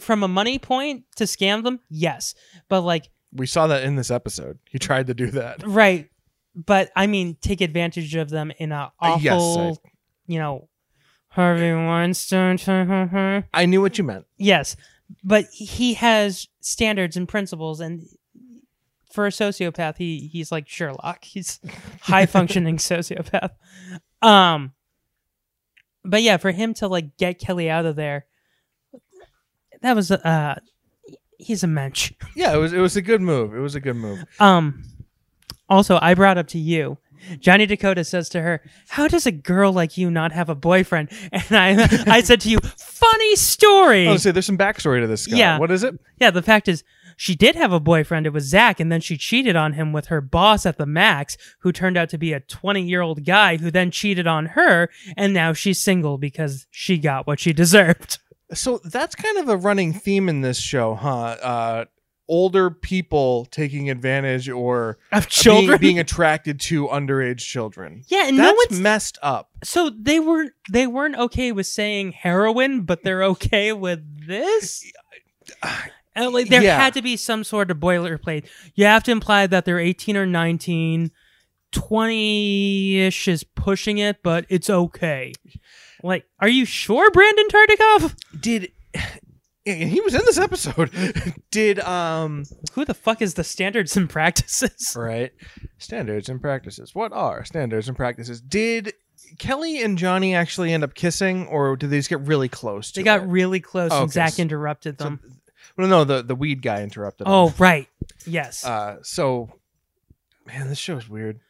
E: from a money point to scam them, yes, but like
D: we saw that in this episode. He tried to do that.
E: right, but I mean take advantage of them in a
D: Uh,
E: awful,
D: yes, I-
E: you know, Harvey Weinstein.
D: I knew what you meant.
E: Yes, but he has standards and principles, and for a sociopath, he he's like Sherlock. He's high functioning sociopath. Um, but yeah, for him to like get Kelly out of there, that was uh, he's a mensch.
D: Yeah, it was it was a good move. It was a good move.
E: Um, also, I brought up to you. Johnny Dakota says to her, "How does a girl like you not have a boyfriend?" And I, I said to you, "Funny story."
D: I was gonna say there's some backstory to this guy.
E: Yeah.
D: What is it?
E: Yeah, the fact is, she did have a boyfriend. It was Zach, and then she cheated on him with her boss at the Max, who turned out to be a 20 year old guy who then cheated on her, and now she's single because she got what she deserved.
D: So that's kind of a running theme in this show, huh? Uh older people taking advantage or
E: Of
D: being-
E: children.
D: being, attracted to underage children.
E: Yeah, and
D: that's
E: no one's
D: messed up.
E: so they weren't they weren't okay with saying heroin, but they're okay with this. And, like there
D: Yeah.
E: had to be some sort of boilerplate. You have to imply that they're 18 or 19. 20-ish is pushing it, but it's okay. Like, are you sure, Brandon Tartikoff?
D: Did and he was in this episode. Did um
E: Who the fuck is the standards and practices?
D: right standards and practices? What are standards and practices? Did Kelly and Johnny actually end up kissing, or did they just get really close? To
E: They got
D: it?
E: really close and
D: Oh, Okay,
E: Zach
D: so-
E: interrupted
D: so-
E: them.
D: well, no, the the weed guy interrupted. them.
E: oh, right. Yes.
D: Uh, so, man, this show's weird.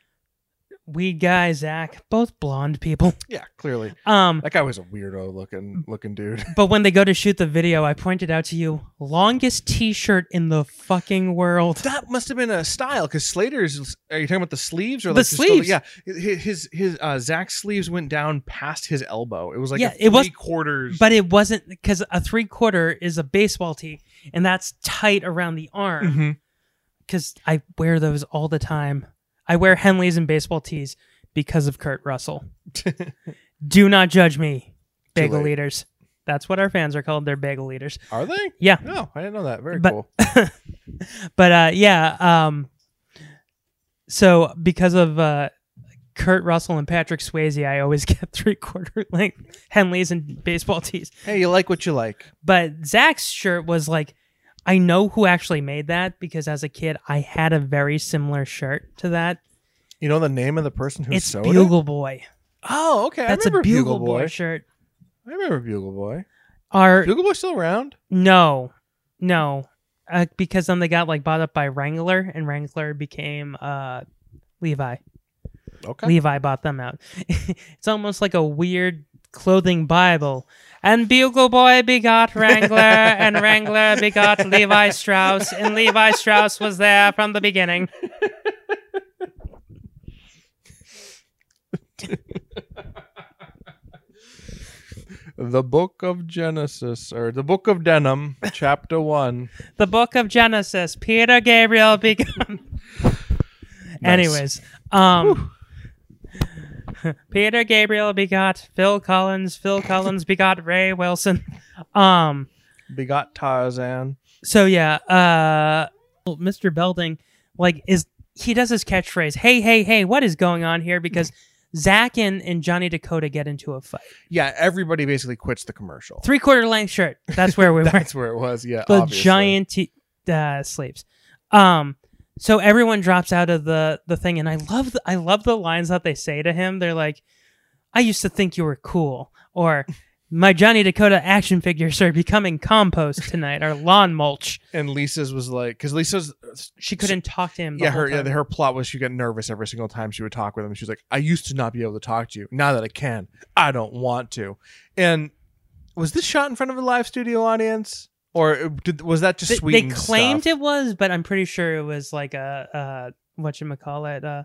E: Weed guy, Zach, both blonde people.
D: Yeah, clearly
E: Um,
D: that guy was a weirdo looking looking dude.
E: but when they go to shoot the video, I pointed out to you longest t-shirt in the fucking world.
D: That must have been a style because Slater's. Are you talking about the sleeves or
E: The
D: like just totally-
E: sleeves.
D: yeah, his his, his uh, Zach's sleeves went down past his elbow. It was like
E: Yeah,
D: a
E: it was-
D: three quarters.
E: But it wasn't because a three quarter is a baseball tee, and that's tight around the arm.
D: Mhm.
E: Because I wear those all the time. I wear Henleys and baseball tees because of Kurt Russell. Do not judge me
D: too
E: bagel
D: late.
E: eaters. That's what our fans are called. They're bagel eaters.
D: Are they?
E: Yeah.
D: No, I didn't know that. Very
E: but,
D: cool.
E: but uh, yeah. Um, so because of uh, Kurt Russell and Patrick Swayze, I always get three quarter length Henleys and baseball tees.
D: Hey, you like what you like.
E: But Zach's shirt was like, I know who actually made that because as a kid, I had a very similar shirt to that.
D: You know the name of the person who
E: it's
D: sewed it?
E: Bugle Boy.
D: Oh, okay.
E: That's
D: I
E: a
D: remember
E: Bugle, Boy Er, shirt.
D: I remember Bugle Boy.
E: Are
D: Bugle Boy still around?
E: No, no, uh, because then they got like bought up by Wrangler, and Wrangler became uh, Levi.
D: Okay.
E: Levi bought them out. it's almost like a weird clothing Bible. And Bugle Boy begot Wrangler, and Wrangler begot Levi Strauss, and Levi Strauss was there from the beginning.
D: The Book of Genesis or the Book of Denim, Chapter One.
E: The Book of Genesis, Peter Gabriel begot. Anyways, um, Peter Gabriel begot Phil Collins. Phil Collins begot Ray Wilson. Um,
D: Begot Tarzan.
E: so yeah, uh, Mr. Belding, like, is he does his catchphrase, "Hey, hey, hey, what is going on here?" Because Zach and, and Johnny Dakota get into a fight.
D: Yeah, everybody basically quits the commercial.
E: Three quarter length shirt. That's where we were.
D: That's where it was. Yeah,
E: the
D: obviously.
E: giant te- uh, sleeves. Um, so everyone drops out of the the thing, and I love the, I love the lines that they say to him. They're like, "I used to think you were cool," or "My Johnny Dakota action figures are becoming compost tonight," or "lawn mulch."
D: And Lisa's was like, because Lisa's
E: She couldn't talk to him. The
D: yeah,
E: whole
D: her yeah,
E: time.
D: her plot was she got nervous every single time she would talk with him. She was like, "I used to not be able to talk to you. Now that I can, I don't want to." And was this shot in front of a live studio audience, or uh, did, was that just
E: They-
D: sweet?
E: they claimed it was, but I'm pretty sure it was like a uh, what you call it. Uh,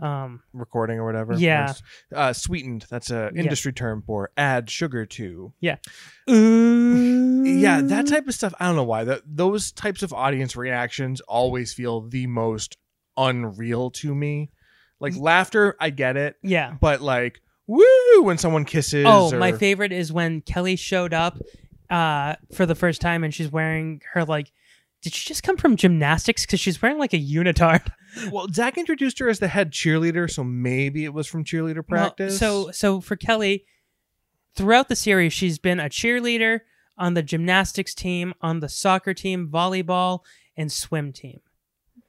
E: um,
D: recording or whatever.
E: Yeah.
D: uh, sweetened. That's an
E: Yeah.
D: industry term for add sugar to.
E: yeah,
D: Yeah,
E: Mm.
D: that type of stuff. I don't know why. That those types of audience reactions always feel the most unreal to me. Like
E: Mm.
D: laughter, I get it,
E: yeah.
D: but like woo when someone kisses.
E: Oh,
D: or-
E: my favorite is when Kelly showed up uh, for the first time and she's wearing her like. Did she just come from gymnastics? Because she's wearing like a unitard.
D: Well, Zach introduced her as the head cheerleader, so maybe it was from cheerleader
E: Well,
D: practice.
E: so, so for Kelly, throughout the series, she's been a cheerleader on the gymnastics team, on the soccer team, volleyball, and swim team.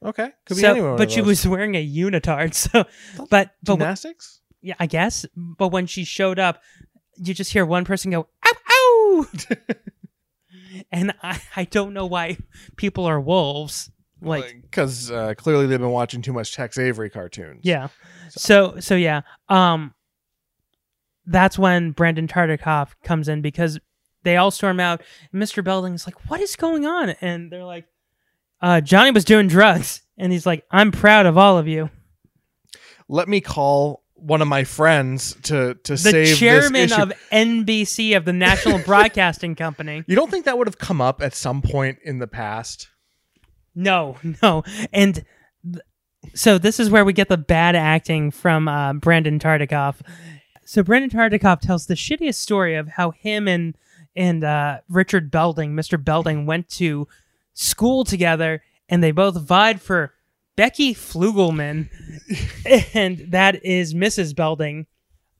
D: okay, could be
E: So-
D: anyone.
E: but she was wearing a unitard. So, but but when-
D: gymnastics.
E: yeah, I guess. But when she showed up, you just hear one person go, ow, ow. and I, I don't know why people are wolves. Like,
D: Because uh, clearly they've been watching too much Tex Avery cartoons.
E: yeah. So, so yeah. Um, that's when Brandon Tartikoff comes in because they all storm out. Mr. Belding's like, what is going on? And they're like, uh, Johnny was doing drugs. And he's like, I'm proud of all of you.
D: Let me call one of my friends to to
E: The
D: save this
E: chairman
D: issue.
E: of NBC of the National Broadcasting Company.
D: You don't think that would have come up at some point in the past?
E: No, no. And th- so this is where we get the bad acting from uh, Brandon Tartikoff. So Brandon Tartikoff tells the shittiest story of how him and and uh, Richard Belding, Mr. Belding, went to school together, and they both vied for Becky Flugelman, and that is Mrs. Belding,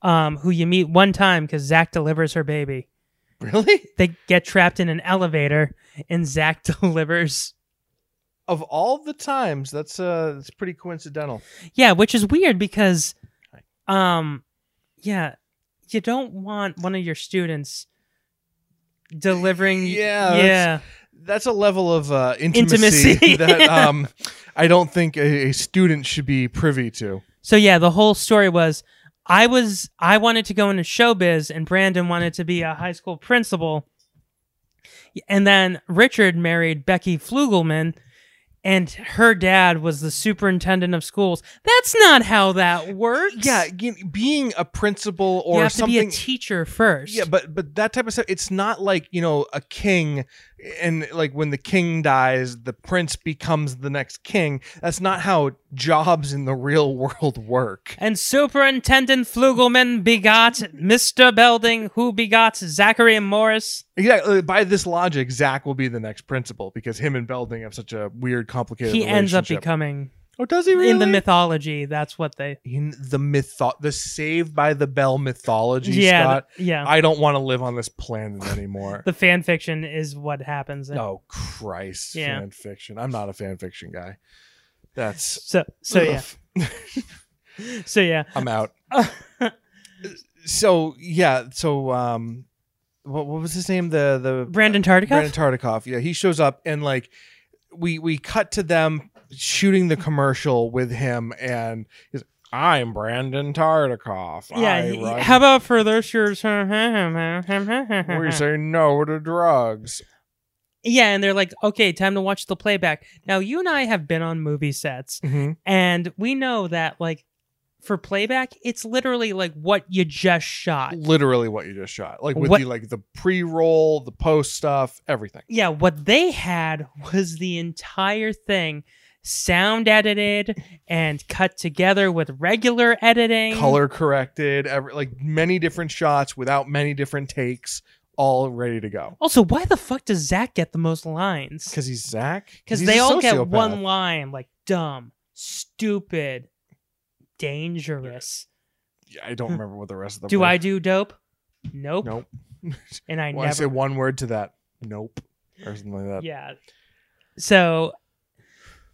E: um, who you meet one time because Zach delivers her baby.
D: Really?
E: They get trapped in an elevator, and Zach delivers
D: Of all the times, that's uh, that's pretty coincidental.
E: Yeah, which is weird because, um, yeah, you don't want one of your students delivering.
D: Yeah,
E: yeah,
D: that's- That's a level of uh, intimacy,
E: Intimacy.
D: that um, I don't think a, a student should be privy to.
E: So yeah, the whole story was I was I wanted to go into showbiz and Brandon wanted to be a high school principal. And then Richard married Becky Flugelman and her dad was the superintendent of schools. That's not how that works.
D: Yeah, you- being a principal
E: you
D: or
E: have to be
D: something.
E: a teacher first.
D: yeah, but but that type of stuff. It's not like you know a king and like when the king dies, the prince becomes the next king. That's not how jobs in the real world work.
E: And Superintendent Flugelman begot Mr. Belding, who begot Zachary Morris.
D: Exactly. By this logic, Zach will be the next principal because him and Belding have such a weird, complicated.
E: He ends up
D: relationship.
E: becoming.
D: Oh, does he really?
E: In the mythology, that's what they.
D: in the mytho- the Saved by the Bell mythology.
E: Yeah,
D: Scott,
E: th- yeah.
D: I don't want to live on this planet anymore.
E: The fan fiction is what happens.
D: oh Christ,
E: Yeah.
D: fan fiction. I'm not a fan fiction guy. That's
E: So so yeah. Uh,
D: Ugh.
E: So yeah.
D: I'm out. so yeah, so um, what what was his name? The the
E: Brandon Tartikoff.
D: Brandon Tartikoff. Yeah, he shows up and like we we cut to them shooting the commercial with him and he's. I'm Brandon Tartikoff.
E: yeah.
D: I
E: he-
D: run
E: How about for those year's?
D: we say no to drugs.
E: Yeah, and they're like, okay, time to watch the playback. Now, you and I have been on movie sets, and we know that, like, for playback, it's literally like what you just shot.
D: Literally what you just shot, like with
E: What-
D: the like the pre-roll, the post stuff, everything.
E: Yeah, what they had was the entire thing sound edited and cut together with regular editing.
D: Color corrected, every, like many different shots without many different takes, all ready to go.
E: Also, why the fuck does Zach get the most lines?
D: Because he's Zach.
E: Because
D: He's
E: they
D: a
E: all get
D: sociopath.
E: one line like dumb, stupid, dangerous.
D: I don't remember what the rest of them.
E: Do
D: were.
E: I do dope? Nope.
D: Nope.
E: And I
D: Well, I
E: never.
D: say one word to that. Nope, or something like that.
E: yeah. So,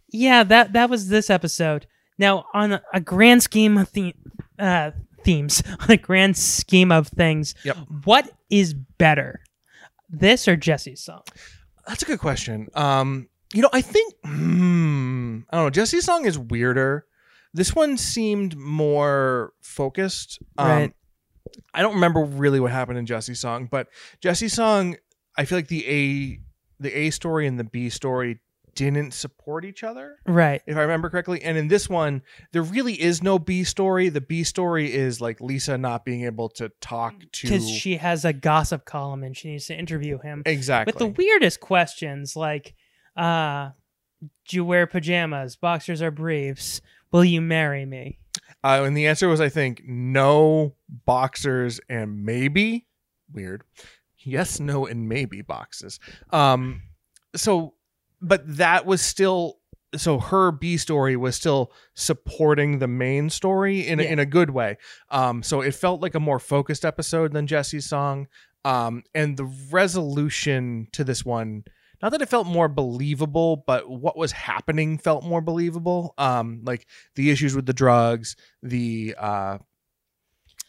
E: yeah that that was this episode. Now, on a, a grand scheme of the, uh, themes, on a grand scheme of things,
D: Yep.
E: what is better, this or Jesse's song?
D: That's a good question. Um, you know, I think hmm, I don't know. Jesse's song is weirder. This one seemed more focused. Um,
E: Right.
D: I don't remember really what happened in Jesse's song, but Jesse's song, I feel like the A, the A story and the B story didn't support each other,
E: Right.
D: if I remember correctly. And in this one, there really is no B story. The B story is like Lisa not being able to talk to
E: Because she has a gossip column and she needs to interview him
D: exactly
E: with the weirdest questions like, uh, do you wear pajamas? Boxers or briefs? Will you marry me?
D: Uh, and the answer was, I think, no boxers and maybe. Weird. Yes, no, and maybe boxes. Um, so, but that was still so her B story was still supporting the main story in a,
E: Yeah.
D: in a good way. Um, so it felt like a more focused episode than Jesse's song. Um, and the resolution to this one, not that it felt more believable, but what was happening felt more believable. Um, like the issues with the drugs, the uh,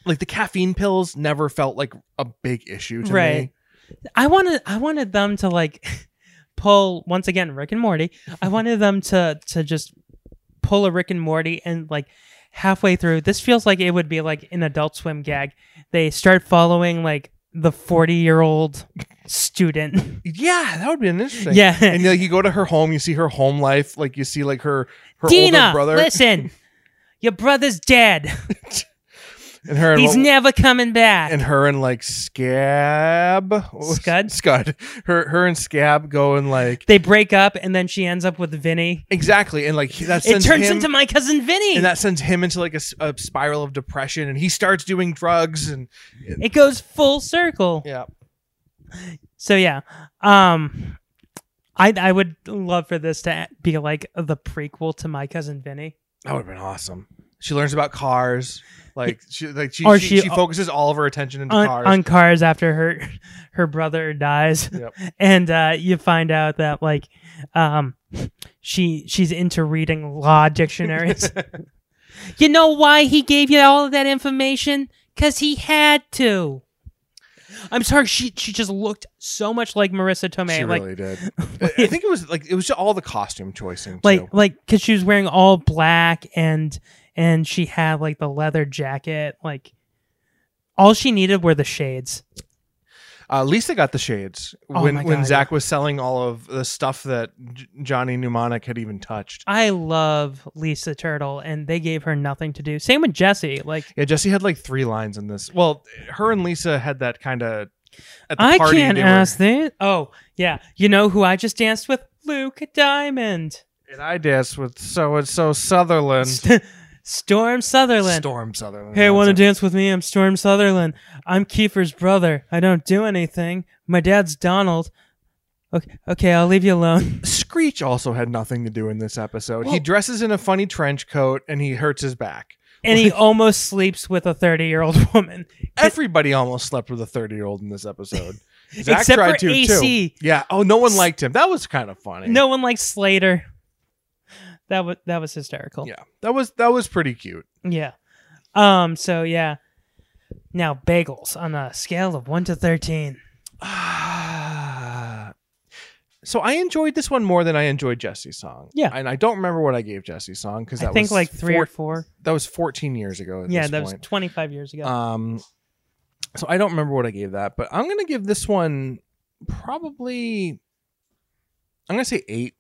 D: like the caffeine pills never felt like a big issue to
E: Right.
D: me.
E: I wanted I wanted them to like pull once again Rick and Morty. I wanted them to to just pull a Rick and Morty and like halfway through this feels like it would be like an adult swim gag. They start following like the 40-year-old student.
D: Yeah, that would be an interesting.
E: Yeah.
D: and like you go to her home, you see her home life, like you see like her her
E: Dina,
D: older brother
E: listen. Your brother's dead.
D: and her and
E: He's
D: what-
E: never coming back.
D: and her and like Scab what was-
E: Scud?
D: Scud. Her her and Scab go and like
E: they break up and then she ends up with Vinny.
D: exactly and like he- that
E: It
D: sends
E: turns
D: him-
E: into my cousin Vinny.
D: and that sends him into like a, s- a spiral of depression and he starts doing drugs and
E: it goes full circle.
D: yeah
E: So yeah, um, I I would love for this to be like the prequel to My Cousin Vinny.
D: that would have been awesome. She learns about cars. Like she like she
E: Or
D: she,
E: she-
D: she focuses all of her attention into
E: On,
D: cars.
E: on cars after her her brother dies,
D: Yep.
E: and uh, you find out that like um, she she's into reading law dictionaries. you know why he gave you all of that information? Cause he had to. I'm sorry, she she just looked so much like Marissa Tomei.
D: she
E: like
D: really did. I I think it was like it was just all the costume choicing.
E: like
D: too.
E: like because she was wearing all black and and she had like the leather jacket like all she needed were the shades
D: Uh, Lisa got the shades
E: Oh
D: when
E: my
D: when
E: God,
D: Zach was selling all of the stuff that J- Johnny Mnemonic had even touched.
E: i love lisa turtle and they gave her nothing to do same with jesse like
D: Yeah, Jesse had like three lines in this. Well, her and Lisa had that kind of at the
E: I
D: party.
E: can't
D: they were-
E: ask that. Oh, yeah. You know who I just danced with? Luke Diamond.
D: And I danced with so and so Sutherland.
E: Storm Sutherland.
D: Storm Sutherland.
E: Hey,
D: that's
E: want to
D: it.
E: dance with me? I'm Storm Sutherland. I'm Kiefer's brother. I don't do anything. My dad's Donald. Okay, okay, I'll leave you alone.
D: Screech also had nothing to do in this episode.
E: Well-
D: he dresses in a funny trench coat and he hurts his back.
E: And he almost sleeps with a 30 year old woman.
D: Everybody almost slept with a 30 year old in this episode. Zach
E: Except
D: tried
E: for
D: to
E: AC.
D: too. Yeah. Oh, no one liked him. That was kind of funny.
E: No one likes Slater. That was that was hysterical.
D: Yeah. That was that was pretty cute.
E: Yeah. Um. So yeah. Now bagels on a scale of one to thirteen.
D: Ah. so I enjoyed this one more than I enjoyed Jesse's song.
E: Yeah.
D: And I don't remember what I gave Jesse's song because
E: I
D: that
E: think
D: was
E: like three
D: four-
E: or four.
D: That was 14 years ago. At
E: Yeah,
D: this
E: that was
D: point.
E: twenty five years ago.
D: Um, so I don't remember what I gave that, but I'm gonna give this one probably. I'm gonna say eight.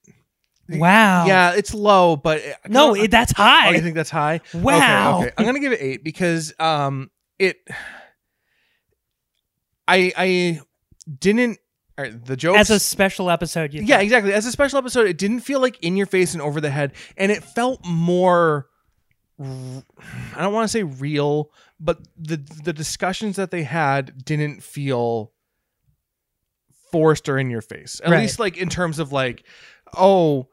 E: wow.
D: Yeah, it's low, but
E: Oh.
D: uh,
E: No, it, that's
D: Oh,
E: high.
D: you think that's high? Okay,
E: Wow.
D: Okay, I'm gonna give it eight because um it. I I didn't. all right, the jokes
E: As a special episode, you
D: yeah,
E: think.
D: exactly. As a special episode, it didn't feel like in your face and over the head, and it felt more. I don't want to say real, but the the discussions that they had didn't feel forced or in your face. At
E: Right.
D: least, like in terms of like, oh,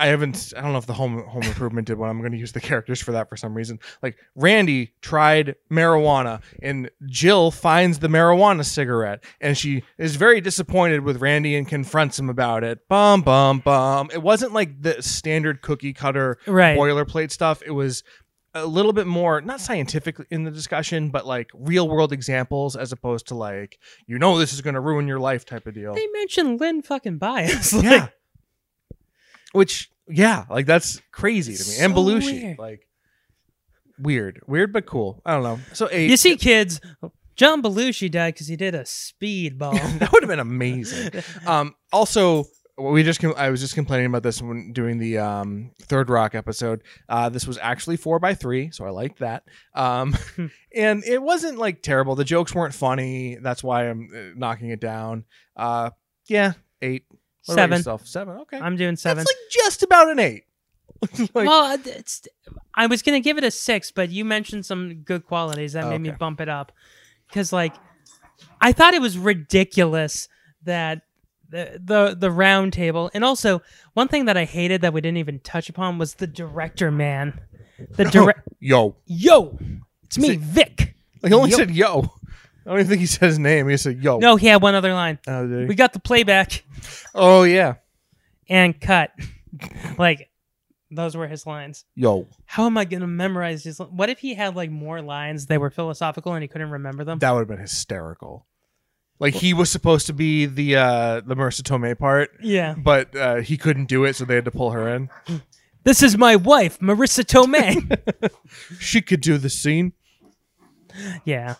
D: I haven't. I don't know if the home home improvement did one. I'm going to use the characters for that for some reason. Like Randy tried marijuana, and Jill finds the marijuana cigarette, and she is very disappointed with Randy and confronts him about it. Bum bum bum. It wasn't like the standard cookie cutter
E: Right.
D: boilerplate stuff. It was a little bit more not scientific in the discussion, but like real world examples as opposed to like you know this is going to ruin your life type of deal.
E: They mentioned Lynn fucking Bias. like,
D: Yeah. Which yeah, like that's crazy to me. and
E: So
D: Belushi,
E: weird.
D: like weird, weird but cool. I don't know. So eight.
E: You see, kids, John Belushi died because he did a speedball.
D: that would have been amazing. Um, also, we just com- I was just complaining about this when doing the um, third rock episode. Uh, this was actually four by three, so I liked that. Um, and it wasn't like terrible. The jokes weren't funny. That's why I'm uh, knocking it down. Uh, yeah, eight. What about
E: Seven.
D: yourself? Seven. Okay.
E: I'm doing seven.
D: That's like just about an eight. like-
E: well, it- it's, I was gonna give it a six, but you mentioned some good qualities that
D: Oh,
E: made me
D: okay.
E: bump it up because, like, I thought it was ridiculous that the the the round table, and also one thing that I hated that we didn't even touch upon was the director man, the direct.
D: Yo.
E: Yo, it's me,
D: See-
E: Vic.
D: Like, he only
E: Yo.
D: said yo. I don't even think he said his name. He said yo.
E: No, he had one other line.
D: Oh, did he?
E: We got the playback
D: oh yeah.
E: and cut. like, those were his lines.
D: Yo.
E: how am I going to memorize these? li- What if he had like more lines that were philosophical and he couldn't remember them?
D: That would have been hysterical. Like he was supposed to be the uh the Marissa Tomei part,
E: yeah.
D: but uh, he couldn't do it, so they had to pull her in.
E: This is my wife, Marissa Tomei.
D: She could do the scene.
E: yeah.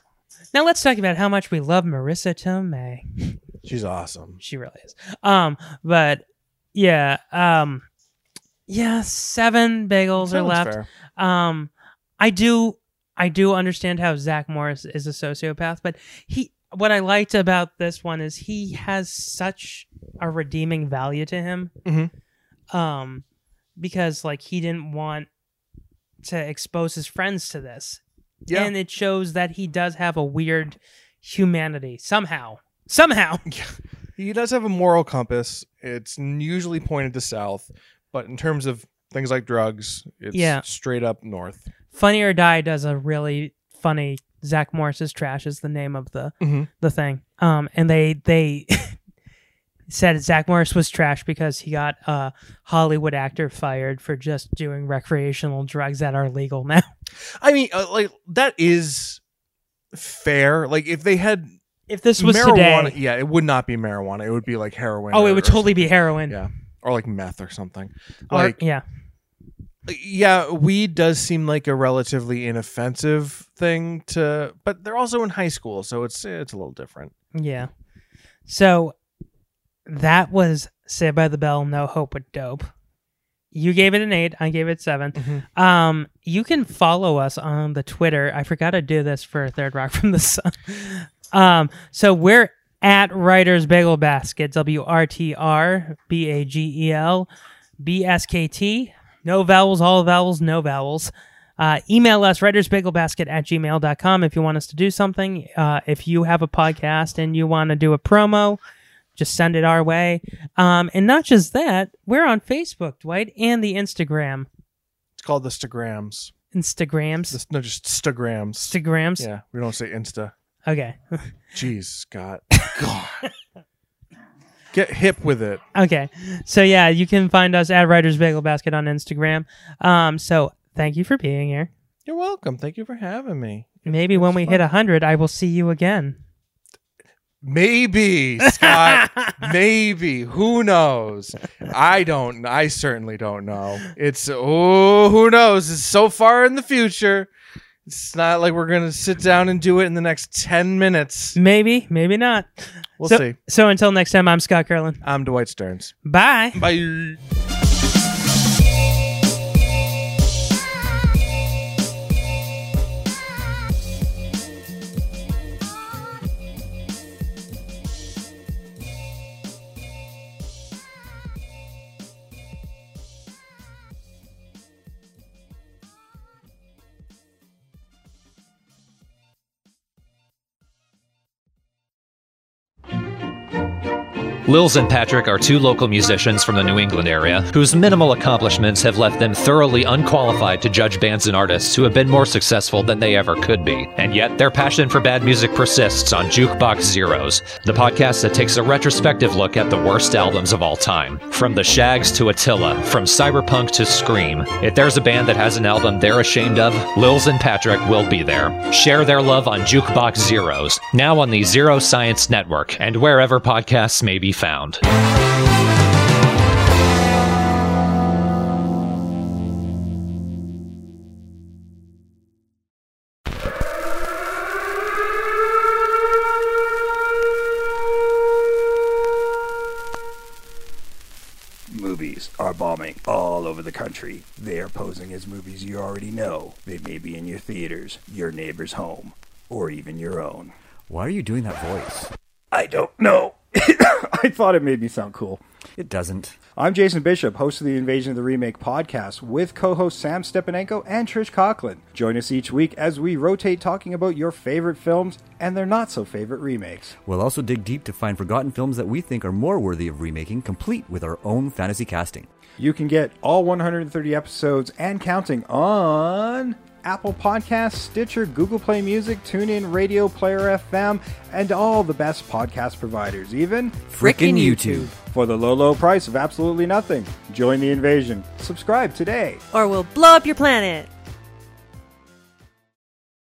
E: Now let's talk about how much we love Marissa Tomei.
D: She's awesome.
E: She really is. Um, but yeah, um, yeah, seven bagels are
D: Sounds
E: left.
D: fair.
E: Um, I do, I do understand how Zach Morris is a sociopath, but he, what I liked about this one is he has such a redeeming value to him,
D: Mhm.
E: um, because like he didn't want to expose his friends to this,
D: Yeah.
E: and it shows that he does have a weird humanity somehow, somehow.
D: he does have a moral compass. It's usually pointed to south, but in terms of things like drugs, it's
E: Yeah.
D: straight up north.
E: Funny or Die does a really funny Zach Morris's trash is the name of the
D: Mhm.
E: the thing. Um, and they they said Zach Morris was trash because he got a Hollywood actor fired for just doing recreational drugs that are legal now.
D: I mean, uh, like that is fair. Like if they had
E: If this was
D: marijuana,
E: today,
D: yeah, it would not be marijuana. It would be like heroin.
E: oh,
D: or-
E: it would
D: or
E: totally be heroin.
D: Yeah. or like meth or something.
E: Or-
D: Like
E: yeah,
D: Uh, yeah, weed does seem like a relatively inoffensive thing to, but they're also in high school, so it's it's a little different.
E: yeah. So that was Saved by the Bell, No Hope with Dope. You gave it an eight. I gave it 7 Um, you can follow us on the Twitter. I forgot to do this for Third Rock from the Sun. Um, so we're at Writers Bagel Basket, W R T R B A G E L B S K T. No vowels, all vowels, no vowels. Uh, email us writersbagelbasket at gmail.com if you want us to do something. Uh, if you have a podcast and you want to do a promo, just send it our way. Um, and not just that, we're on Facebook, Dwight, and the Instagram.
D: It's called the Stagrams.
E: Instagrams.
D: This- no, just Stagrams.
E: Stagrams?
D: Yeah, we don't say Insta.
E: Okay.
D: Jeez, Scott. God. Get hip with it.
E: Okay. So yeah, you can find us at Writers Bagel Basket on Instagram. Um, so thank you for being here.
D: You're welcome. Thank you for having me.
E: Maybe when we hit a hundred, I will see you again.
D: Maybe, Scott. maybe. Who knows? I don't. I certainly don't know. It's oh, who knows? It's so far in the future. It's not like we're gonna sit down and do it in the next ten minutes.
E: Maybe, maybe not.
D: We'll
E: So-
D: see.
E: So until next time, I'm Scott Curlin.
D: I'm Dwight Stearns.
E: Bye.
D: Bye.
L: Lils and Patrick are two local musicians from the New England area whose minimal accomplishments have left them thoroughly unqualified to judge bands and artists who have been more successful than they ever could be. And yet, their passion for bad music persists on Jukebox Zeros, the podcast that takes a retrospective look at the worst albums of all time. From The Shags to Attila, from Cyberpunk to Scream, if there's a band that has an album they're ashamed of, Lils and Patrick will be there. Share their love on Jukebox Zeros, now on the Zero Science Network, and wherever podcasts may be found.
M: Movies are bombing all over the country. They are posing as movies you already know. They may be in your theaters, your neighbor's home, or even your own.
N: Why are you doing that voice?
M: I don't know. I thought it made me sound cool.
N: It doesn't.
M: I'm Jason Bishop, host of the Invasion of the Remake podcast with co host Sam Stepanenko and Trish Coughlin. Join us each week as we rotate talking about your favorite films and their not so favorite remakes.
N: We'll also dig deep to find forgotten films that we think are more worthy of remaking, complete with our own fantasy casting.
M: You can get all 130 episodes and counting on Apple Podcasts, Stitcher, Google Play Music, TuneIn Radio, Player FM, and all the best podcast providers, even
N: Frickin' YouTube.
M: For the low, low price of absolutely nothing. Join the invasion. Subscribe today.
O: Or we'll blow up your planet.